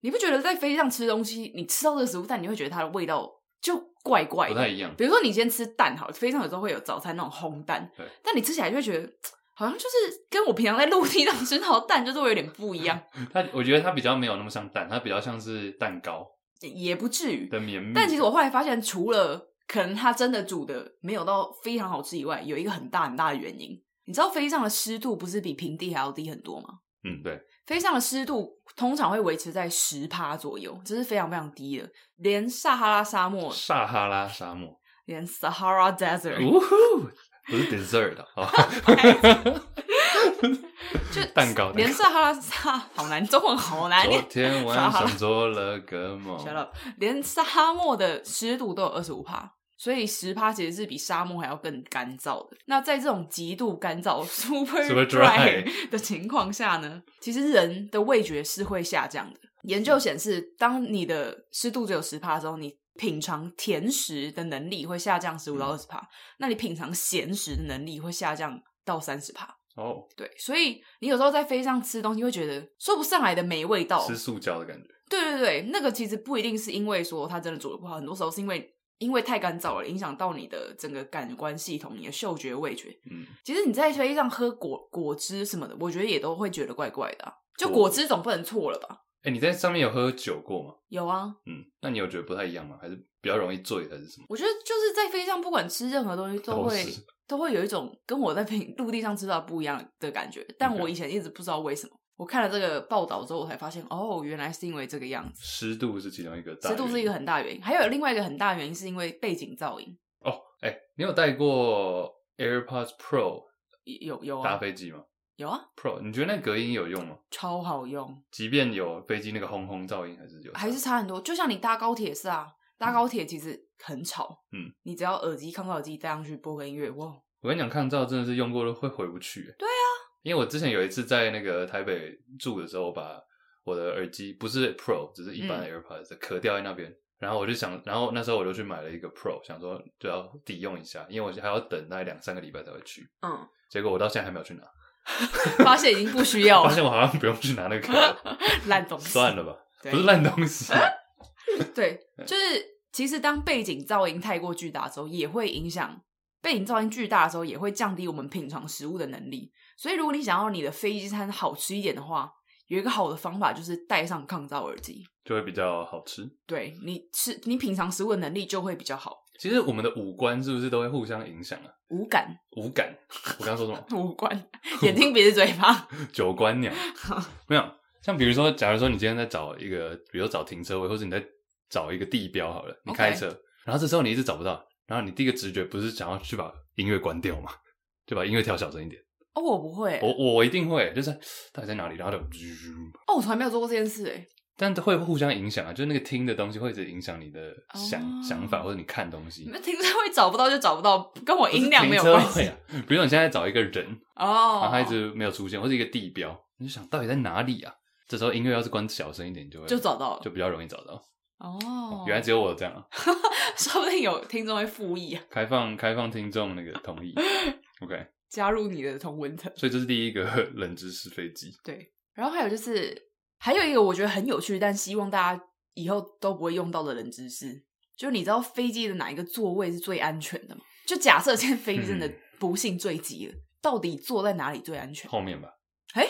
Speaker 2: 你不觉得在飞机上吃东西，你吃到这个食物，但你会觉得它的味道就怪怪
Speaker 1: 不太
Speaker 2: 的。
Speaker 1: 一样，
Speaker 2: 比如说你先吃蛋好了，飞机上有时候会有早餐那种烘蛋
Speaker 1: 对，
Speaker 2: 但你吃起来就会觉得嘖好像就是跟我平常在陆地上 吃到的蛋就是会有点不一样。
Speaker 1: 它我觉得它比较没有那么像蛋，它比较像是蛋糕，
Speaker 2: 也不至于。
Speaker 1: 的绵密。
Speaker 2: 但其实我后来发现，除了可能它真的煮的没有到非常好吃以外，有一个很大很大的原因，你知道飞机上的湿度不是比平地还要低很多吗？
Speaker 1: 嗯，对，
Speaker 2: 飞机上的湿度通常会维持在十趴左右，这是非常非常低的，连撒哈拉沙漠，
Speaker 1: 撒哈拉沙漠，
Speaker 2: 连 Sahara Desert，、
Speaker 1: 呜呼，不是 dessert 啊 哦，
Speaker 2: 就
Speaker 1: 蛋糕蛋糕
Speaker 2: 连撒哈拉沙好难，中文好难
Speaker 1: 昨
Speaker 2: 念。
Speaker 1: 天晚 上做了个梦，
Speaker 2: Shut up！连沙漠的湿度都有二十五帕，所以十帕其实是比沙漠还要更干燥的。那在这种极度干燥 （super
Speaker 1: Super dry
Speaker 2: dry） 的情况下呢，其实人的味觉是会下降的。研究显示，当你的湿度只有十帕之后，你品尝甜食的能力会下降十五到二十帕，那你品尝咸食的能力会下降到三十帕。
Speaker 1: 哦，
Speaker 2: 对，所以你有时候在飞机上吃东西，会觉得说不上来的没味道，
Speaker 1: 吃塑胶的感觉，
Speaker 2: 对对对，那个其实不一定是因为说它真的做的不好，很多时候是因为因为太干燥了，影响到你的整个感官系统，你的嗅觉、味觉。
Speaker 1: 嗯，
Speaker 2: 其实你在飞机上喝果果汁什么的，我觉得也都会觉得怪怪的啊、就
Speaker 1: 我
Speaker 2: 果汁总不能错了吧？
Speaker 1: 哎，你在上面有喝酒过吗？
Speaker 2: 有啊，
Speaker 1: 嗯，那你有觉得不太一样吗？还是比较容易醉，还是什么？哦
Speaker 2: 我觉得就是在飞机上，不管吃任何东西都
Speaker 1: 都
Speaker 2: 会
Speaker 1: 是
Speaker 2: 都会有一种跟我在平 陆地上吃到的不一样的感觉，但
Speaker 1: OK
Speaker 2: 我以前一直不知道为什么。我看了这个报道之后，我才发现哦，原来是因为这个样子。
Speaker 1: 湿度是其中一个大
Speaker 2: 湿
Speaker 1: 原因，
Speaker 2: 度是一个很大的原因，还有另外一个很大的原因是因为背景噪音。
Speaker 1: 哦，哎，你有带过 AirPods Pro
Speaker 2: 有有啊
Speaker 1: 搭，飞机吗
Speaker 2: 有啊，
Speaker 1: ？Pro，你觉得那隔音有用吗？
Speaker 2: 超好用，
Speaker 1: 即便有飞机那个轰轰噪音，还是有差，
Speaker 2: 还是差很多。就像你搭高铁也是啊，搭高铁其实很吵，
Speaker 1: 嗯，
Speaker 2: 你只要耳机抗噪耳机戴上去播个音乐，哇，
Speaker 1: 我跟你讲，抗噪真的是用过了会回不去。对啊，因为我之前有一次在那个台北住的时候，我把我的耳机不是 Pro，只是一般
Speaker 2: 嗯
Speaker 1: 的 AirPods 壳、掉在那边。然后我就想，然后那时候我就去买了一个 Pro，想说就要抵用一下，因为我还要等大概两三个礼拜才会去。
Speaker 2: 嗯，
Speaker 1: 结果我到现在还没有去拿，
Speaker 2: 发现已经不需要
Speaker 1: 发
Speaker 2: 了，
Speaker 1: 现我好像不用去拿那个壳，
Speaker 2: 烂东西，
Speaker 1: 算了吧，
Speaker 2: 对，
Speaker 1: 不是烂嗯东西。
Speaker 2: 对，就是其实当背景噪音太过巨大的时候，也会影响背景噪音巨大的时候，也会降低我们品尝食物的能力。所以，如果你想要你的飞机餐好吃一点的话，有一个好的方法就是戴上抗噪耳机，
Speaker 1: 就会比较好吃。
Speaker 2: 对你吃你品尝食物的能力就会比较好，
Speaker 1: 其实我们的五官是不是都会互相影响啊？
Speaker 2: 无感
Speaker 1: 五感，我刚刚说什么？
Speaker 2: 无关，眼睛鼻子嘴巴，
Speaker 1: 九官 鸟，没有像比如说，假如说你今天在找一个，比如说找停车位，或者你在找一个地标好了，你
Speaker 2: OK
Speaker 1: 开车然后这时候你一直找不到，然后你第一个直觉不是想要去把音乐关掉嘛，就把音乐调小声一点。
Speaker 2: 哦，我不会、
Speaker 1: 我我我一定会，就是到底在哪里，然后就，
Speaker 2: 哦，我从来没有做过这件事哎。
Speaker 1: 但会互相影响啊，就是那个听的东西会一直影响你的想、
Speaker 2: 哦
Speaker 1: 想法，或者你看东西
Speaker 2: 你。们停车位找不到就找不到，跟我
Speaker 1: 不是
Speaker 2: 音量没有
Speaker 1: 停车
Speaker 2: 关
Speaker 1: 位
Speaker 2: 系
Speaker 1: 啊。比如说你现在找一个人，然
Speaker 2: 哦
Speaker 1: 后。他一直没有出现，或者一个地标，你就想到底在哪里啊？这时候音乐要是关小声一点，你就会
Speaker 2: 就找到了
Speaker 1: 就比较容易找到。
Speaker 2: 哦，
Speaker 1: 原来只有我这样啊，
Speaker 2: 说不定有听众会附议啊，
Speaker 1: 开放开放听众那个同 意。OK，
Speaker 2: 加入你的同温层。
Speaker 1: 所以这是第一个 冷知识飞机。
Speaker 2: 对，然后还有就是，还有一个我觉得很有趣，但希望大家以后都不会用到的冷知识，就是你知道飞机的哪一个座位是最安全的吗？就假设今天飞机真的
Speaker 1: 嗯
Speaker 2: 不幸坠机了，到底坐在哪里最安全？
Speaker 1: 后面吧，
Speaker 2: 哎、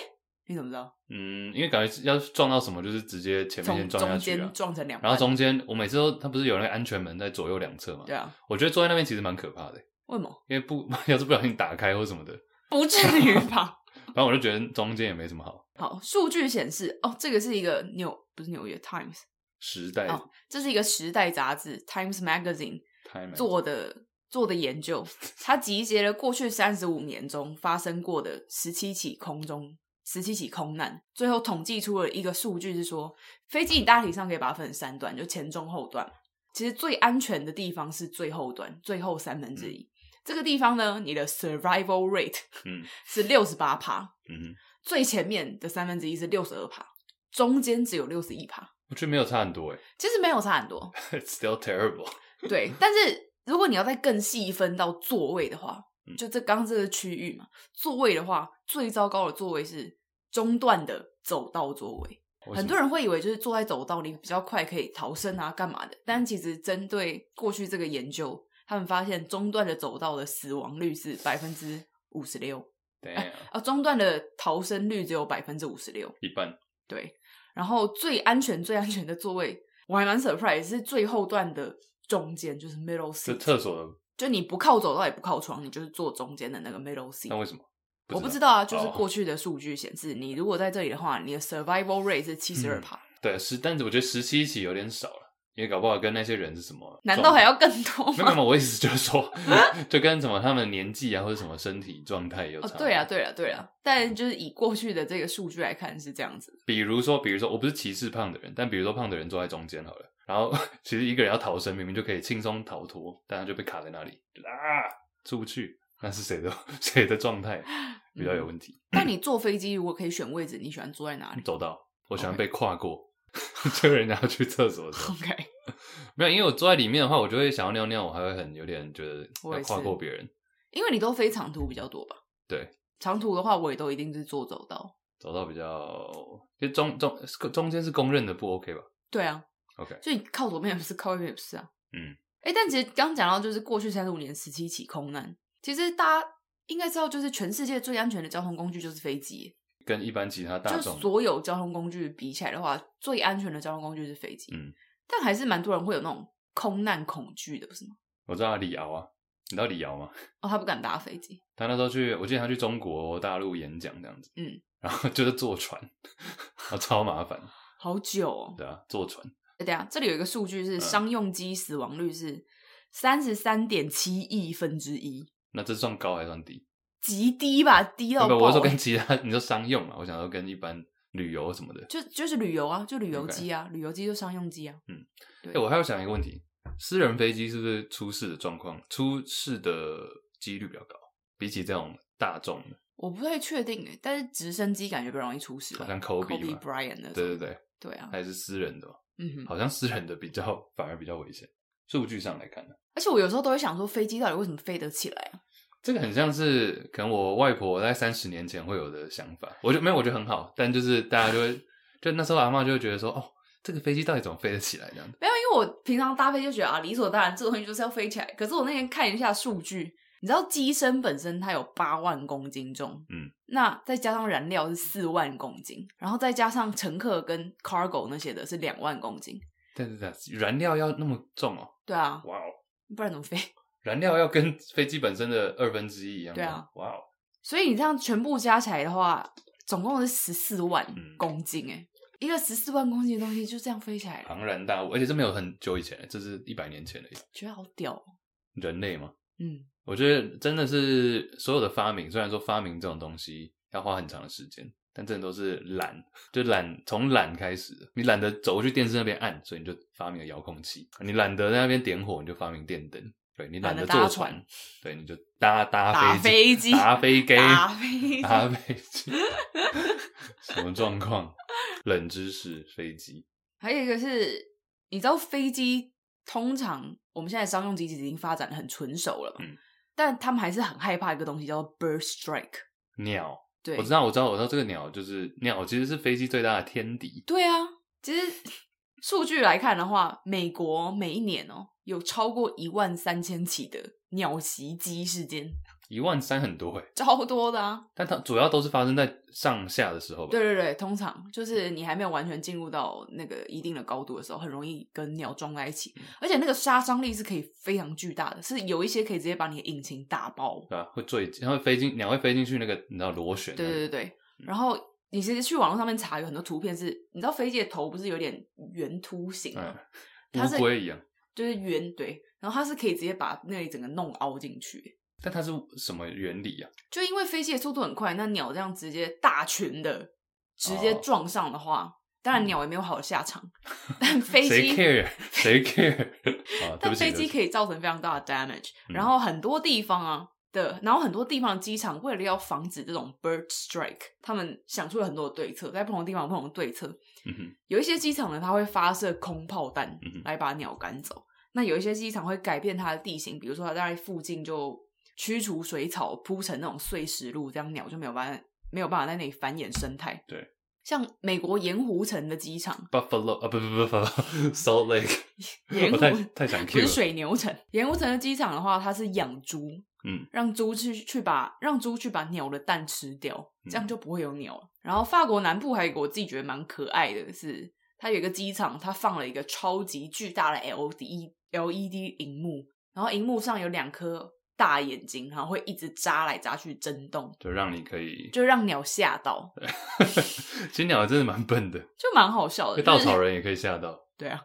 Speaker 2: 你怎么知道？
Speaker 1: 嗯，因为感觉要撞到什么，就是直接前面先
Speaker 2: 从
Speaker 1: 撞下
Speaker 2: 中
Speaker 1: 去啊
Speaker 2: 间。撞成两半，
Speaker 1: 然后中间，我每次都，它不是有那个安全门在左右两侧嘛？
Speaker 2: 对啊，
Speaker 1: 我觉得坐在那边其实蛮可怕的，
Speaker 2: 为什么？
Speaker 1: 因为不 要是不小心打开或什么的，
Speaker 2: 不至于吧？
Speaker 1: 然后我就觉得中间也没什么好。
Speaker 2: 好，数据显示，哦，这个是一个纽不是纽约 Times，
Speaker 1: 时代
Speaker 2: 哦这是一个时代杂志 Times Magazine
Speaker 1: 太难
Speaker 2: 做的做的研究，它集结了过去三十五年中发生过的十七起空中十七起空难，最后统计出了一个数据，是说飞机你大体上可以把它分成三段，就前中后段。其实最安全的地方是最后段，最后三分之一。这个地方呢，你的 survival rate
Speaker 1: 嗯
Speaker 2: 是六十八趴，
Speaker 1: 嗯哼，
Speaker 2: 最前面的三分之一是六十二趴，中间只有六十一趴，
Speaker 1: 我觉得没有差很多哎
Speaker 2: 其实没有差很多。
Speaker 1: ，It's still terrible。
Speaker 2: 对，但是如果你要再更细分到座位的话，
Speaker 1: 嗯
Speaker 2: 就这刚刚这个区域嘛，座位的话，最糟糕的座位是中段的走道座位。
Speaker 1: 为什么
Speaker 2: 很多人会以为就是坐在走道里比较快可以逃生啊，干嘛的？但其实针对过去这个研究，他们发现中段的走道的死亡率是百分之五十六，
Speaker 1: Damn，
Speaker 2: 啊，中段的逃生率只有百分之五十六。
Speaker 1: 一半
Speaker 2: 对，然后最安全、最安全的座位我还蛮 surprise，是最后段的中间，就是 middle
Speaker 1: 就
Speaker 2: seat，
Speaker 1: 厕所的，
Speaker 2: 就你不靠走道也不靠窗，你就是坐中间的那个 middle
Speaker 1: 那
Speaker 2: seat。
Speaker 1: 为什么？
Speaker 2: 我不知道啊，就是
Speaker 1: 哦
Speaker 2: 过去的数据显示，你如果在这里的话，你的 survival rate 是七十二
Speaker 1: 嗯
Speaker 2: 趴，
Speaker 1: 对，十，但是我觉得十七期有点少了，因为搞不好跟那些人是什么？
Speaker 2: 难道还
Speaker 1: 要？
Speaker 2: 要更多
Speaker 1: 没有没
Speaker 2: 吗？
Speaker 1: 有，我意思就是说， 就跟什么他们年纪啊，或者什么身体状态有
Speaker 2: 哦
Speaker 1: 差、，嗯
Speaker 2: 对啊，，对啊，对啊， 但就是以过去的这个数据来看是这样子，
Speaker 1: 比如说，比如说，我不是歧视胖的人，但比如说胖的人坐在中间好了，然后 其实一个人要逃生，明明就可以轻松逃脱，但他就被卡在那里，就是啊，出不去，那是谁的 谁的状态比
Speaker 2: 嗯
Speaker 1: 较有问题？
Speaker 2: 但你坐飞机如果可以选位置，你喜欢坐在哪里
Speaker 1: 走到我喜欢被跨过， 就人家要去厕所的时候，
Speaker 2: ？OK，
Speaker 1: 没有，因为我坐在里面的话，我就会想要尿尿，我还会很有点觉得
Speaker 2: 我
Speaker 1: 要
Speaker 2: 也是
Speaker 1: 跨过别人，
Speaker 2: 因为你都飞长途比较多吧？
Speaker 1: 对，
Speaker 2: 长途的话我也都一定是坐走道。
Speaker 1: 走到比较，其实中中中间是公认的不 OK 吧
Speaker 2: 对啊，
Speaker 1: ？OK，
Speaker 2: 所以靠左边也不是，靠右边也不是啊。
Speaker 1: 嗯，
Speaker 2: 哎、但其实刚讲到就是过去三十五年十七起空难，其实大家应该知道，就是全世界最安全的交通工具就是飞机，
Speaker 1: 跟一般其他大
Speaker 2: 就
Speaker 1: 众
Speaker 2: 所有交通工具比起来的话，最安全的交通工具是飞机。
Speaker 1: 嗯，
Speaker 2: 但还是蛮多人会有那种空难恐惧的，不是吗？
Speaker 1: 我知道李敖啊，你知道李敖吗？
Speaker 2: 哦，他不敢搭飞机，
Speaker 1: 他那时候去，我记得他去中国大陆演讲这样子，
Speaker 2: 嗯，
Speaker 1: 然后 就是坐船，啊，超麻烦，
Speaker 2: 好久哦。
Speaker 1: 对啊，坐船，
Speaker 2: 对啊，这里有一个数据是
Speaker 1: 嗯
Speaker 2: 商用机死亡率是三十三点七亿分之一，
Speaker 1: 那这算高还算低？
Speaker 2: 极低吧，低到
Speaker 1: 不，
Speaker 2: 爆、
Speaker 1: 我是说跟其他，你说商用嘛，我想说跟一般旅游什么的。
Speaker 2: 就就是旅游啊，就旅游
Speaker 1: OK
Speaker 2: 机啊旅游机就商用机啊。
Speaker 1: 哎、我还要想一个问题，私人飞机是不是出事的状况，出事的几率比较高，比起这种大众的，
Speaker 2: 我不太确定诶，但是直升机感觉比较容易出事吧，
Speaker 1: 好像 Kobe 嘛
Speaker 2: Bryant 那种。
Speaker 1: 对对对，
Speaker 2: 对啊，
Speaker 1: 还是私人的嘛，
Speaker 2: 嗯哼。
Speaker 1: 好像私人的比较反而比较危险，数据上来看呢。
Speaker 2: 而且我有时候都会想说，飞机到底为什么飞得起来啊？
Speaker 1: 这个很像是可能我外婆在三十年前会有的想法，我觉得没有，我觉得很好，但就是大家就会， 就那时候阿嬷就会觉得说，哦，这个飞机到底怎么飞得起来这样子？
Speaker 2: 没有，因为我平常搭飞就觉得啊，理所当然，这个东西就是要飞起来。可是我那天看一下数据，你知道机身本身它有八万公斤重，
Speaker 1: 嗯，
Speaker 2: 那再加上燃料是四万公斤，然后再加上乘客跟 cargo 那些的是两万公斤。
Speaker 1: 对对对，燃料要那么重哦，
Speaker 2: 对啊，
Speaker 1: 哇哦，
Speaker 2: 不然怎么飞？
Speaker 1: 燃料要跟飞机本身的二分之一一样，
Speaker 2: 对啊，
Speaker 1: 哇哦，
Speaker 2: 所以你这样全部加起来的话，总共是十四万
Speaker 1: 嗯
Speaker 2: 公斤哎、一个十四万公斤的东西就这样飞起来了，
Speaker 1: 庞然大物，而且这没有很久以前，这是一百年前的
Speaker 2: 觉得好屌、哦。
Speaker 1: 人类嘛，
Speaker 2: 嗯，
Speaker 1: 我觉得真的是所有的发明，虽然说发明这种东西要花很长的时间，但真的都是懒，就懒从懒开始的。你懒得走过去电视那边按，所以你就发明了遥控器；你懒得在那边点火，你就发明电灯；对你
Speaker 2: 懒
Speaker 1: 懒
Speaker 2: 得
Speaker 1: 得
Speaker 2: 搭
Speaker 1: 坐
Speaker 2: 船
Speaker 1: 船，对你就搭搭
Speaker 2: 打飞机
Speaker 1: 机、搭飞机、
Speaker 2: 打飞
Speaker 1: 搭飞机， 什么状况？冷知识，飞机。
Speaker 2: 还有一个是，你知道飞机通常我们现在商用机已经发展的很纯熟了嘛，
Speaker 1: 嗯
Speaker 2: 但他们还是很害怕一个东西叫做 bird strike。
Speaker 1: 鸟，
Speaker 2: 对
Speaker 1: 我，知道，我知道，我知道这个鸟就是鸟，其实是飞机最大的天敌。
Speaker 2: 对啊，其实数据来看的话，美国每一年哦、有超过一万三千起的鸟袭击事件，
Speaker 1: 一万三很多哎，
Speaker 2: 超多的啊。
Speaker 1: 但它主要都是发生在上下的时候吧？
Speaker 2: 对，对对，通常就是你还没有完全进入到那个一定的高度的时候，很容易跟鸟撞在一起，而且那个杀伤力是可以非常巨大的，是有一些可以直接把你的引擎打爆。
Speaker 1: 对吧？会坠，它会飞进，鸟会飞进去那个你知道螺旋那
Speaker 2: 对
Speaker 1: 里，
Speaker 2: 对对对，然后你其实去网络上面查，有很多图片是，你知道飞机的头不是有点圆凸形吗？
Speaker 1: 嗯
Speaker 2: 它是
Speaker 1: 乌龟一样。
Speaker 2: 就是圆对，然后它是可以直接把那里整个弄凹进去。
Speaker 1: 但它是什么原理啊？
Speaker 2: 就因为飞机的速度很快，那鸟这样直接大群的直接
Speaker 1: 哦
Speaker 2: 撞上的话，当然鸟也没有好的下场， 但飞
Speaker 1: 谁
Speaker 2: 机
Speaker 1: care 谁 care 啊？对不
Speaker 2: 但
Speaker 1: 起，
Speaker 2: 飞机
Speaker 1: 对不起
Speaker 2: 可以造成非常大的 damage，、
Speaker 1: 嗯
Speaker 2: 然后很多地方啊的，然后很多地方的机场为了要防止这种 bird strike，他们想出了很多的对策，在不同的地方有不同的对策。
Speaker 1: 嗯哼
Speaker 2: 有一些机场呢，它会发射空炮弹
Speaker 1: 嗯哼
Speaker 2: 来把鸟赶走；那有一些机场会改变它的地形，比如说它在附近就驱除水草，铺成那种碎石路，这样鸟就没有办法没有办法在那里繁衍生态。
Speaker 1: 对，
Speaker 2: 像美国盐湖城的机场，
Speaker 1: ，Buffalo 啊，不不不不不，Salt Lake，
Speaker 2: 盐 湖
Speaker 1: 我太太想
Speaker 2: 不
Speaker 1: cue
Speaker 2: 是
Speaker 1: 了，
Speaker 2: 水牛城，盐湖城的机场的话，它是养猪，
Speaker 1: 嗯，
Speaker 2: 让猪去去把让猪去把鸟的蛋吃掉，
Speaker 1: 嗯
Speaker 2: 这样就不会有鸟了。然后法国南部还有一个我自己觉得蛮可爱的是，它有一个机场，它放了一个超级巨大的 LED LED E 荧幕，然后荧幕上有两颗大眼睛，然后会一直眨来眨去震动，
Speaker 1: 就让你可以，
Speaker 2: 就让鸟吓到，
Speaker 1: 金鸟真的蛮笨的，
Speaker 2: 就蛮好笑的。
Speaker 1: 稻
Speaker 2: 哦就是
Speaker 1: 草人也可以吓到。
Speaker 2: 对啊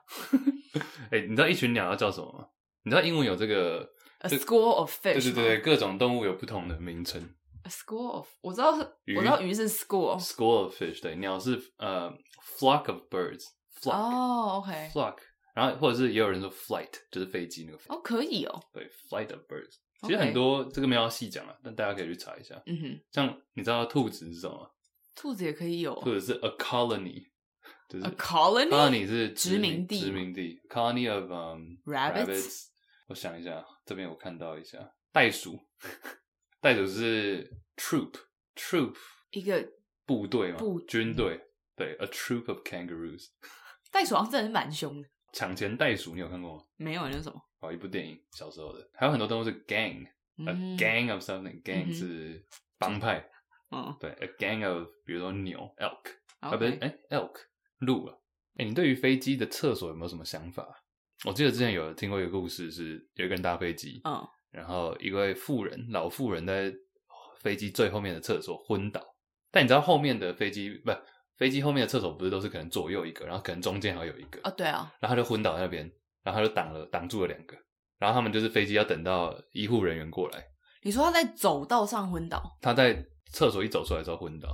Speaker 1: 哎、你知道一群鸟要叫什么吗？你知道英文有这个，
Speaker 2: ，A
Speaker 1: 这
Speaker 2: school of
Speaker 1: 对
Speaker 2: fish，
Speaker 1: 对对对，
Speaker 2: 嘛
Speaker 1: 各种动物有不同的名称。
Speaker 2: ，A school of，我知道是，
Speaker 1: 鱼
Speaker 2: 我知道鱼是 school，
Speaker 1: School of fish，对，鸟是呃 flock of birds，flock、
Speaker 2: 哦，OK，
Speaker 1: flock，然后或者是也有人说 flight，就是飞机那个 flight，、
Speaker 2: 哦，可以哦，
Speaker 1: 对，flight of birds。其实
Speaker 2: OK
Speaker 1: 很多这个没有要细讲了，但大家可以去查一下。
Speaker 2: 嗯哼，
Speaker 1: 像你知道兔子是什么吗？
Speaker 2: 兔子也可以有呃
Speaker 1: 兔子是 a colony，就是
Speaker 2: 哦 A colony？
Speaker 1: 是
Speaker 2: 殖民地
Speaker 1: 殖民地 colony of um
Speaker 2: Rabbits？
Speaker 1: 我想一下，这边我看到一下，袋鼠， 袋鼠是 troop troop
Speaker 2: 一个
Speaker 1: 部队嘛，
Speaker 2: 部
Speaker 1: 军队，对，a troop of kangaroos，
Speaker 2: 袋鼠，好像真的是蛮凶的。
Speaker 1: 抢钱袋鼠，你有看过吗？
Speaker 2: 没有，啊那是什么？
Speaker 1: 哦，一部电影，小时候的，还有很多动物是 gang，a
Speaker 2: 嗯
Speaker 1: 呃 gang of something，gang、
Speaker 2: 嗯哼
Speaker 1: 是帮派，
Speaker 2: 嗯
Speaker 1: 对，a gang of，比如说牛 elk，啊不是，
Speaker 2: ，OK，
Speaker 1: 哎 elk 鹿啊，哎，你对于飞机的厕所有没有什么想法？我记得之前有听过一个故事是，有一个人搭飞机，
Speaker 2: 嗯，
Speaker 1: 然后一位妇人老妇人在飞机最后面的厕所昏倒，但你知道后面的飞机不？飞机后面的厕所不是都是可能左右一个，然后可能中间还有一个
Speaker 2: 哦，对啊，
Speaker 1: 然后他就昏倒在那边，然后他就挡了挡住了两个，然后他们就是飞机要等到医护人员过来，
Speaker 2: 你说他在走道上昏倒，
Speaker 1: 他在厕所一走出来之后昏倒，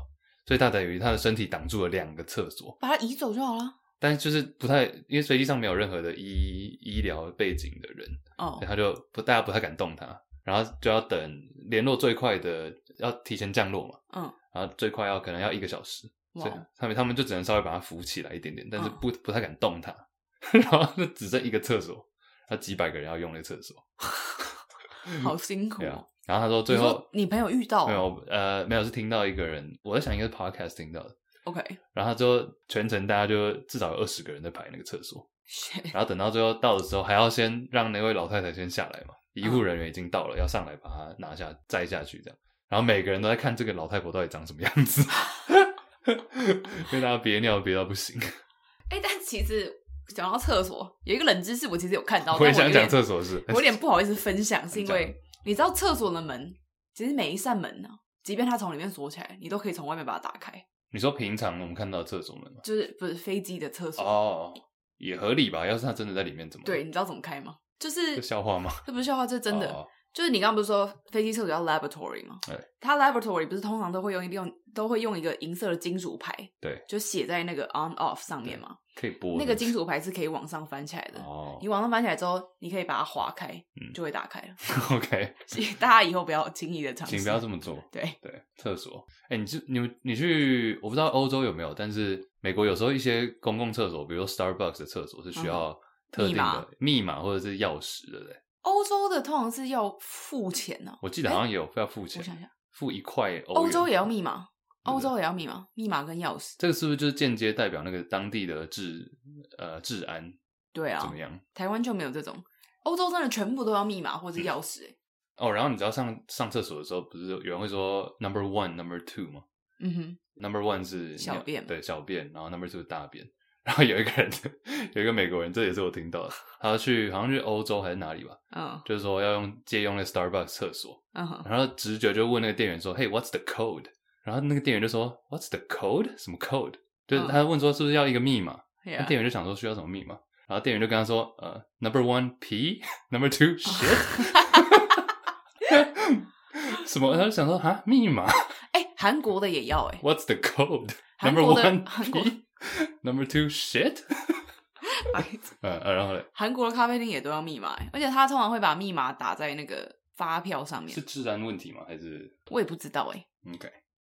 Speaker 1: 所以他等于他的身体挡住了两个厕所，
Speaker 2: 把他移走就好了。
Speaker 1: 但是就是不太，因为飞机上没有任何的医医疗背景的人，
Speaker 2: 哦
Speaker 1: 所以，他就不大家不太敢动他，然后就要等联络最快的，要提前降落嘛，
Speaker 2: 嗯，
Speaker 1: 然后最快要可能要一个小时，所
Speaker 2: 哇
Speaker 1: 以，他们他们就只能稍微把他扶起来一点点，但是
Speaker 2: 嗯
Speaker 1: 不不太敢动他， 然后就只剩一个厕所，他几百个人要用那个厕所，
Speaker 2: 好辛苦
Speaker 1: 对啊
Speaker 2: 哦。，
Speaker 1: 然后他说最
Speaker 2: 你
Speaker 1: 后
Speaker 2: 说你朋友遇到
Speaker 1: 没有呃没有是听到一个人，我在想应该是 podcast 听到的，
Speaker 2: ？OK，
Speaker 1: 然后他后全程大家就至少有二十个人在排那个厕所，
Speaker 2: shit，
Speaker 1: 然后等到最后到的时候还要先让那位老太太先下来嘛，医
Speaker 2: 嗯
Speaker 1: 护人员已经到了，要上来把她拿下载下去这样，然后每个人都在看这个老太婆到底长什么样子， 因为大家憋尿憋到不行。
Speaker 2: 哎，但其实讲到厕所，有一个冷知识，我其实有看到，
Speaker 1: 我也
Speaker 2: 但有
Speaker 1: 想讲
Speaker 2: 点
Speaker 1: 厕所的事，
Speaker 2: 我有点不好意思分享，是因
Speaker 1: 你
Speaker 2: 为你知道厕所的门，其实每一扇门呢、啊即便它从里面锁起来，你都可以从外面把它打开。
Speaker 1: 你说平常我们看到的厕所门吗？
Speaker 2: 就是不是飞机的厕所？
Speaker 1: 哦，也合理吧？要是他真的在里面怎么？
Speaker 2: 对，，你知道怎么开吗？就是
Speaker 1: 这笑话吗？
Speaker 2: 这不是笑话，这是真的。
Speaker 1: 哦哎
Speaker 2: 就是你刚刚不是说飞机厕所叫 laboratory 吗？
Speaker 1: 对，
Speaker 2: 它 laboratory 不是通常都会用用都会用一个银色的金属牌，
Speaker 1: 对，
Speaker 2: 就写在那个 on off 上面嘛。
Speaker 1: 可以播
Speaker 2: 那个金
Speaker 1: 金
Speaker 2: 属牌是可以往上翻起来的，
Speaker 1: 哦
Speaker 2: 你往上翻起来之后，你可以把它划开，
Speaker 1: 嗯
Speaker 2: 就会打开了。
Speaker 1: ，OK，
Speaker 2: 所以大家以后不要轻易的尝试，
Speaker 1: 请不要这么做。
Speaker 2: 对，
Speaker 1: 对，厕所。哎、你去你们你去，我不知道欧洲有没有，但是美国有时候一些公共厕所，比如说 Starbucks 的厕所
Speaker 2: 嗯
Speaker 1: 是需要特定的密码或者是钥匙的嘞。
Speaker 2: 欧洲的通常是要付钱呢、
Speaker 1: 我记得好像有要付
Speaker 2: 我
Speaker 1: 钱，
Speaker 2: 想想，
Speaker 1: 付一块欧
Speaker 2: 欧
Speaker 1: 元哦
Speaker 2: 洲也要密码，
Speaker 1: 对
Speaker 2: 欧洲也要密码，密码跟钥匙。
Speaker 1: 这个是不是就是间接代表那个当地的治呃治安
Speaker 2: 对
Speaker 1: 怎
Speaker 2: 啊
Speaker 1: 么，样？
Speaker 2: 台湾就没有这种，欧洲真的全部都要密码或者钥匙、欸。
Speaker 1: 哦，然后你知道上上厕所的时候，不是有人会说 number one number two 吗
Speaker 2: 嗯哼，
Speaker 1: ？number one 是
Speaker 2: 小
Speaker 1: 尿
Speaker 2: 便
Speaker 1: 对小便，然后 number two 是大便。然后有一个人，有一个美国人，这也是我听到的，他去好像去欧洲还是哪里吧，
Speaker 2: 嗯
Speaker 1: 就是说要用借用那 Starbucks 厕所，
Speaker 2: 嗯哼，
Speaker 1: 然后直觉就问那个店员说：“Hey, what's the code？” 然后那个店员就说：“What's the code？什么 code？” 就是
Speaker 2: 嗯
Speaker 1: 他问说是不是要一个密码，
Speaker 2: 对
Speaker 1: 那
Speaker 2: 啊
Speaker 1: 店员就想说需要什么密码，然后店员就跟他说：“呃，number one P, number two shit。” 什么？他就想说啊，密码
Speaker 2: 哎，韩国的也要哎、
Speaker 1: ？What's the code?
Speaker 2: 韩
Speaker 1: Number
Speaker 2: 国的
Speaker 1: one
Speaker 2: 韩国
Speaker 1: P, number two shit
Speaker 2: 白
Speaker 1: 呃。呃，然后嘞，
Speaker 2: 韩国的咖啡厅也都要密码、欸，而且他通常会把密码打在那个发票上
Speaker 1: 是
Speaker 2: 面。
Speaker 1: 治安问题吗？还是
Speaker 2: 我也不知道哎、
Speaker 1: OK？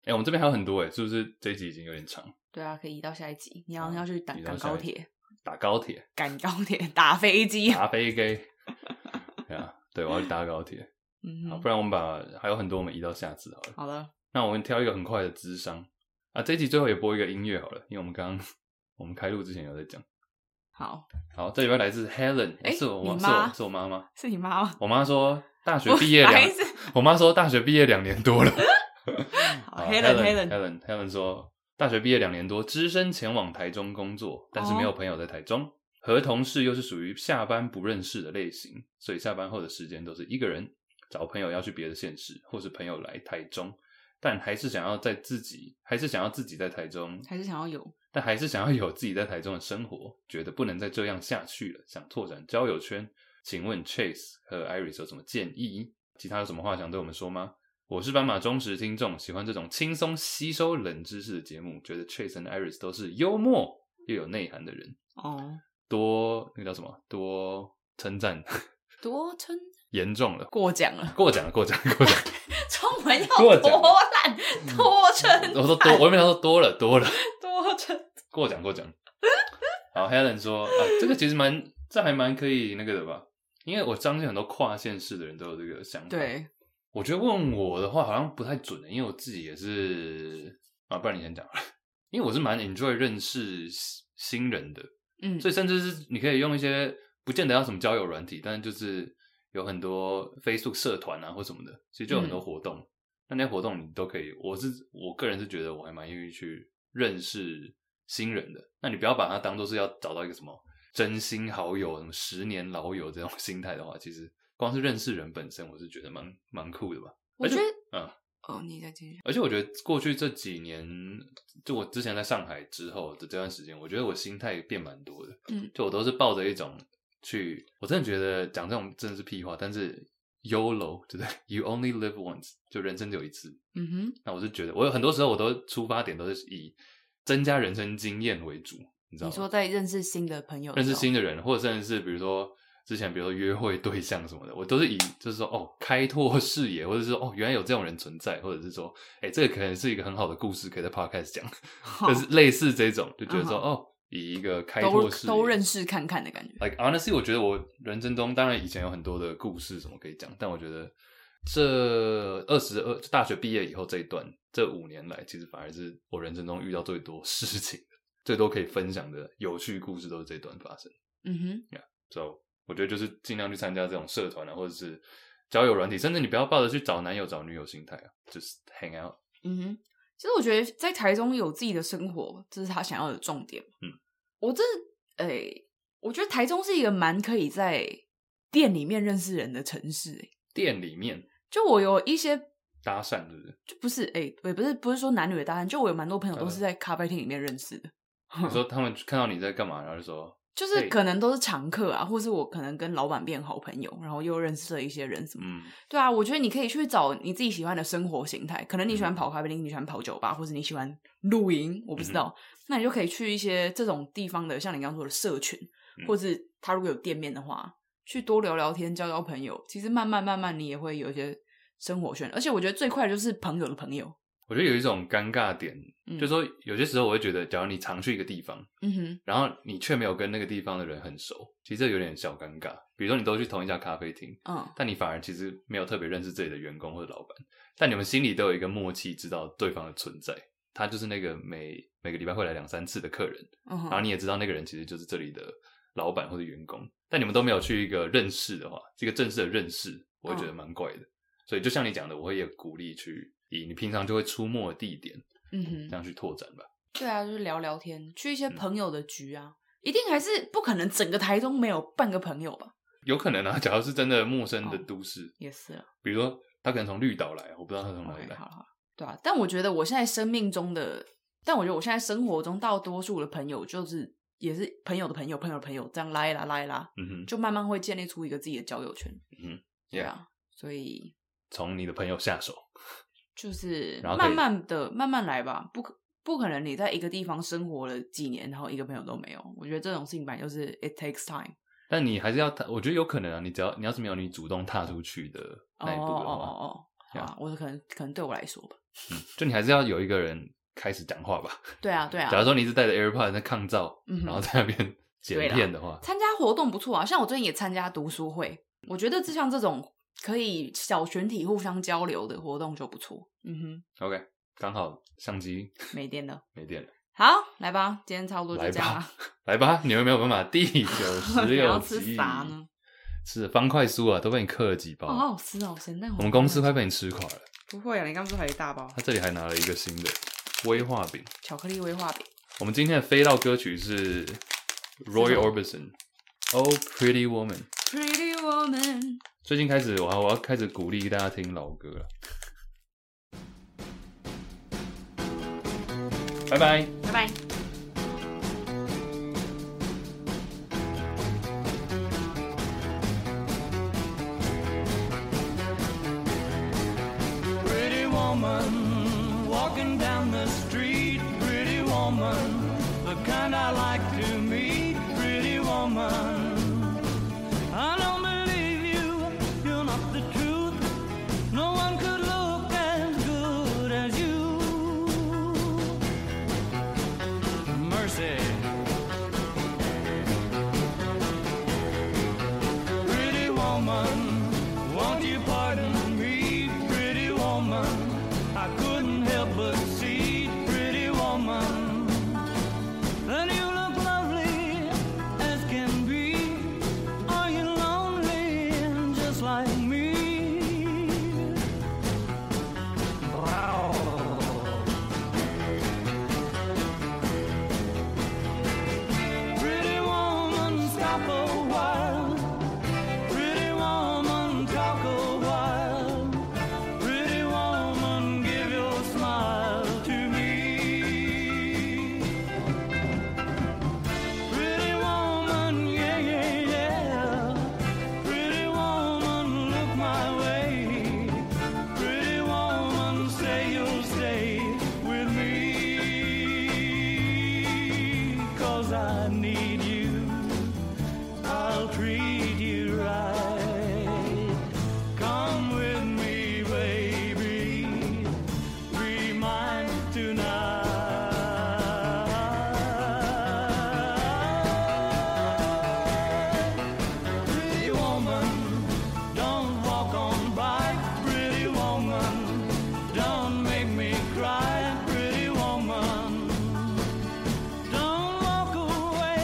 Speaker 1: 哎、我们这边还有很多哎、是不是这一集已经有点长？
Speaker 2: 对啊，可以移到下一集。你好
Speaker 1: 好
Speaker 2: 像要去打
Speaker 1: 移到
Speaker 2: 赶
Speaker 1: 下一
Speaker 2: 高
Speaker 1: 集
Speaker 2: 铁，
Speaker 1: 打高铁，
Speaker 2: 赶高铁，打飞机。
Speaker 1: 打 飞机。对啊，对，我要去搭高铁。
Speaker 2: 嗯
Speaker 1: 好，
Speaker 2: 哼，
Speaker 1: 不然我们把还有很多，我们移到下次好了。
Speaker 2: 好了，
Speaker 1: 那我们挑一个很快的智商啊，这一集最后也播一个音乐好了，因为我们刚刚我们开录之前有在讲。
Speaker 2: 好，
Speaker 1: 好，这礼拜来自 Helen，、
Speaker 2: 诶
Speaker 1: 是我
Speaker 2: 你
Speaker 1: 是
Speaker 2: 妈
Speaker 1: 我是我妈妈。
Speaker 2: 是你妈吗？
Speaker 1: 我妈说大学
Speaker 2: 我
Speaker 1: 毕业啊两
Speaker 2: 还，是
Speaker 1: 我妈说大学毕业两年多了。
Speaker 2: 好
Speaker 1: 啊
Speaker 2: Helen，Helen
Speaker 1: Helen Helen 啊说，大学毕业两年多，只身前往台中工作，但是
Speaker 2: 哦
Speaker 1: 没有朋友在台中，和同事又是属于下班不认识的类型，所以下班后的时间都是一个人。找朋友要去别的县市，或是朋友来台中，但还是想要在自己，还是想要自己在台中，
Speaker 2: 还是想要有
Speaker 1: 但还是想要有自己在台中的生活，觉得不能再这样下去了，想拓展交友圈。请问 Chase 和 Iris 有什么建议？其他有什么话想对我们说吗？我是斑马忠实听众，喜欢这种轻松吸收冷知识的节目，觉得 Chase 和 Iris 都是幽默又有内涵的人，
Speaker 2: 哦，
Speaker 1: 多那个叫什么？多称赞，
Speaker 2: 多撑
Speaker 1: 严重了，
Speaker 2: 过奖了，
Speaker 1: 过奖了，过奖了，过奖了。
Speaker 2: 中文要
Speaker 1: 过奖
Speaker 2: 多烂，多撑，
Speaker 1: 我说多，我没想说多了多了，
Speaker 2: 多撑，
Speaker 1: 过奖过奖。 好，Helen 说啊，这个其实蛮，这还蛮可以那个的吧，因为我相信很多跨县市的人都有这个想法。，
Speaker 2: 对，
Speaker 1: 我觉得问我的话好像不太准欸的，因为我自己也是啊，不然你先讲 好了，因为我是蛮 enjoy 认识新新人的，
Speaker 2: 嗯
Speaker 1: 所以甚至是你可以用一些不见得要什么交友软体，但是就是有很多 Facebook 社团啊或什么的，其实就有很多活动。那那些活动你都可以，我是我个人是觉得我还蛮愿意去认识新人的。那你不要把它当做是要找到一个什么真心好友、什么十年老友这种 心态的话，其实光是认识人本身，我是觉得蛮蛮酷的吧。
Speaker 2: 我觉得，
Speaker 1: 嗯，
Speaker 2: 哦，你再继续，
Speaker 1: 而且我觉得过去这几年，就我之前在上海之后的这段时间，我觉得我心态变蛮多的。
Speaker 2: 嗯，
Speaker 1: 就我都是抱着一种去，我真的觉得讲这种真的是屁话，但是 YOLO 对不对？You only live once，就人生只有一次。
Speaker 2: 嗯哼，
Speaker 1: 那我是觉得，我有很多时候我都出发点都是以增加人生经验为主，你知道吗？
Speaker 2: 你说在认识新的朋友的
Speaker 1: 认
Speaker 2: 时候，
Speaker 1: 识新的人，或者甚至是比如说之前，比如说约会对象什么的，我都是以就是说哦，开拓视野，或者是说哦，原来有这种人存在，或者是说，哎、这个可能是一个很好的故事，可以在 podcast 讲，
Speaker 2: 好，
Speaker 1: 就是类似这种，就觉得说、
Speaker 2: 嗯
Speaker 1: 哦，以一个开
Speaker 2: 都
Speaker 1: 拓视野
Speaker 2: 都认识看看的感觉，
Speaker 1: Like honestly，我觉得我人生中当然以前有很多的故事什么可以讲，但我觉得这二十二大学毕业以后这一段这五年来，其实反而是我人生中遇到最多事情、最多可以分享的有趣故事，都是这一段发生。
Speaker 2: 嗯哼，
Speaker 1: So 我觉得就是尽量去参加这种社团啊，或者是交友软体，甚至你不要抱着去找男友、找女友心态啊，just hang out。
Speaker 2: 嗯哼。其实我觉得在台中有自己的生活，这是他想要的重点。
Speaker 1: 嗯，
Speaker 2: 我这诶、我觉得台中是一个蛮可以在店里面认识人的城市、诶
Speaker 1: 店里面
Speaker 2: 就我有一些
Speaker 1: 搭讪，是不 是？
Speaker 2: 就不是哎、也不是不是说男女的答案，就我有蛮多朋友
Speaker 1: 嗯
Speaker 2: 都是在咖啡厅里面认识的，
Speaker 1: 你说他们看到你在干嘛，然后就说
Speaker 2: 就是
Speaker 1: 对
Speaker 2: 可能都是常客啊，或是我可能跟老板变好朋友，然后又认识了一些人什么。
Speaker 1: 嗯
Speaker 2: 对啊，我觉得你可以去找你自己喜欢的生活形态，可能你喜欢
Speaker 1: 嗯
Speaker 2: 跑咖啡厅，你喜欢跑酒吧，或者你喜欢露营，我不知道，那你就可以去一些这种地方的，像你刚刚说的社群，
Speaker 1: 嗯
Speaker 2: 或者他如果有店面的话，去多聊聊天，交交朋友。其实慢慢慢慢，你也会有一些生活圈，而且我觉得最快的就是朋友的朋友。
Speaker 1: 我觉得有一种尴尬点，
Speaker 2: 嗯
Speaker 1: 就说有些时候我会觉得，假如你常去一个地方，
Speaker 2: 嗯哼，
Speaker 1: 然后你却没有跟那个地方的人很熟，其实这有点小尴尬。比如说你都去同一家咖啡厅，
Speaker 2: 嗯，
Speaker 1: 但你反而其实没有特别认识这里的员工或者老板，但你们心里都有一个默契，知道对方的存在。他就是那个每每个礼拜会来两三次的客人，
Speaker 2: 嗯哼
Speaker 1: 然后你也知道那个人其实就是这里的老板或者员工，但你们都没有去一个认识的话，一个正式的认识，我会
Speaker 2: 嗯
Speaker 1: 觉得蛮怪的。所以就像你讲的，我会也鼓励去以你平常就会出没的地点，
Speaker 2: 嗯
Speaker 1: 这
Speaker 2: 哼，
Speaker 1: 样去拓展吧。
Speaker 2: 对啊，就是聊聊天，去一
Speaker 1: 嗯
Speaker 2: 些朋友的局啊，一定还是不可能整个台中没有半个朋友吧？
Speaker 1: 有可能啊， 假如是真的陌生的都市，
Speaker 2: 也是啊
Speaker 1: 比如说他可能从绿岛来，我不知道他从哪里
Speaker 2: ，OK，
Speaker 1: 来。
Speaker 2: 好了好了，对啊，但我觉得我现在生命中的，但我觉得我现在生活中大多数的朋友就是也是朋友的朋友，朋友的朋友这样拉一拉拉一拉，
Speaker 1: 嗯哼，
Speaker 2: 就慢慢会建立出一个自己的交友圈。
Speaker 1: 嗯，
Speaker 2: 对啊，所以
Speaker 1: 从你的朋友下手，
Speaker 2: 就是
Speaker 1: 然后可
Speaker 2: 慢
Speaker 1: 以
Speaker 2: 慢的慢慢来吧，不可。不可能，你在一个地方生活了几年，然后一个朋友都没有。我觉得这种事情本来就是 it takes time。
Speaker 1: 但你还是要踏，我觉得有可能啊。你只要你要是没有你主动踏出去的那一步的
Speaker 2: 哦
Speaker 1: 话，
Speaker 2: 哦哦哦，好啊，我可能可能对我来说吧。
Speaker 1: 嗯，就你还是要有一个人开始讲话吧。
Speaker 2: 对啊，对啊
Speaker 1: 假。如说你一直带着 AirPod 在抗噪，
Speaker 2: 嗯哼
Speaker 1: 然后在那 边
Speaker 2: 对
Speaker 1: 剪
Speaker 2: 啦
Speaker 1: 片的话，
Speaker 2: 参加活动不错啊，像我最近也参加读书会，我觉得这像这种可以小群体互相交流的活动就不错。嗯
Speaker 1: OK，刚好相机
Speaker 2: 哼，没电了。
Speaker 1: 没电了，
Speaker 2: 好，来吧，今天差不多就
Speaker 1: 来
Speaker 2: 这样
Speaker 1: 吧
Speaker 2: 了。，
Speaker 1: 来吧，你们没有办法。 第九十
Speaker 2: 你
Speaker 1: 六
Speaker 2: 要吃
Speaker 1: 集
Speaker 2: 啥呢？
Speaker 1: 吃的方块酥啊，都被你刻了几包。
Speaker 2: 哦，好好吃哦，咸蛋黄。
Speaker 1: 我们公司快被你吃垮了。
Speaker 2: 不会啊，你刚不是还有一大包？
Speaker 1: 他这里还拿了一个新的，威化饼。
Speaker 2: 巧克力威化 饼。
Speaker 1: 我们今天的飞到歌曲是 Roy
Speaker 2: 是什么
Speaker 1: Orbison，《Oh Pretty Woman》。
Speaker 2: Pretty woman，
Speaker 1: 最近开始，我要我要开始鼓励大家听老歌了。拜拜。
Speaker 2: 拜拜。
Speaker 3: Pretty woman, walking down the street. Pretty woman, the kind I like to meet. Pretty woman, I don't believe you. You're not the truth. No one could look as good as you. Mercy. Pretty woman, won't you pardon me? Pretty woman, I couldn't help but see. Pretty woman, that you look lovely as can be. Are you lonely just like me? Pretty woman, stop a while. Pretty woman, talk a while. Pretty woman, give your smile to me. Pretty woman, yeah, yeah, yeah. Pretty woman, look my way. Pretty woman, say you'll stay with me. 'Cause I need you. I'll treat you right. Come with me, baby. Be mine tonight. Pretty woman, don't walk on by. Pretty woman, don't make me cry. Pretty woman. Don't walk away,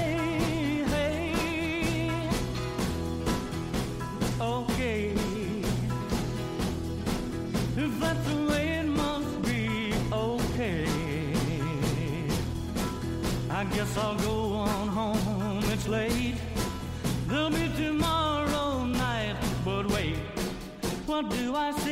Speaker 3: hey. Okay, if that's the way it must be, okay. I guess I'll go on home. It's late. There'll be tomorrow night, but wait, what do I Oh,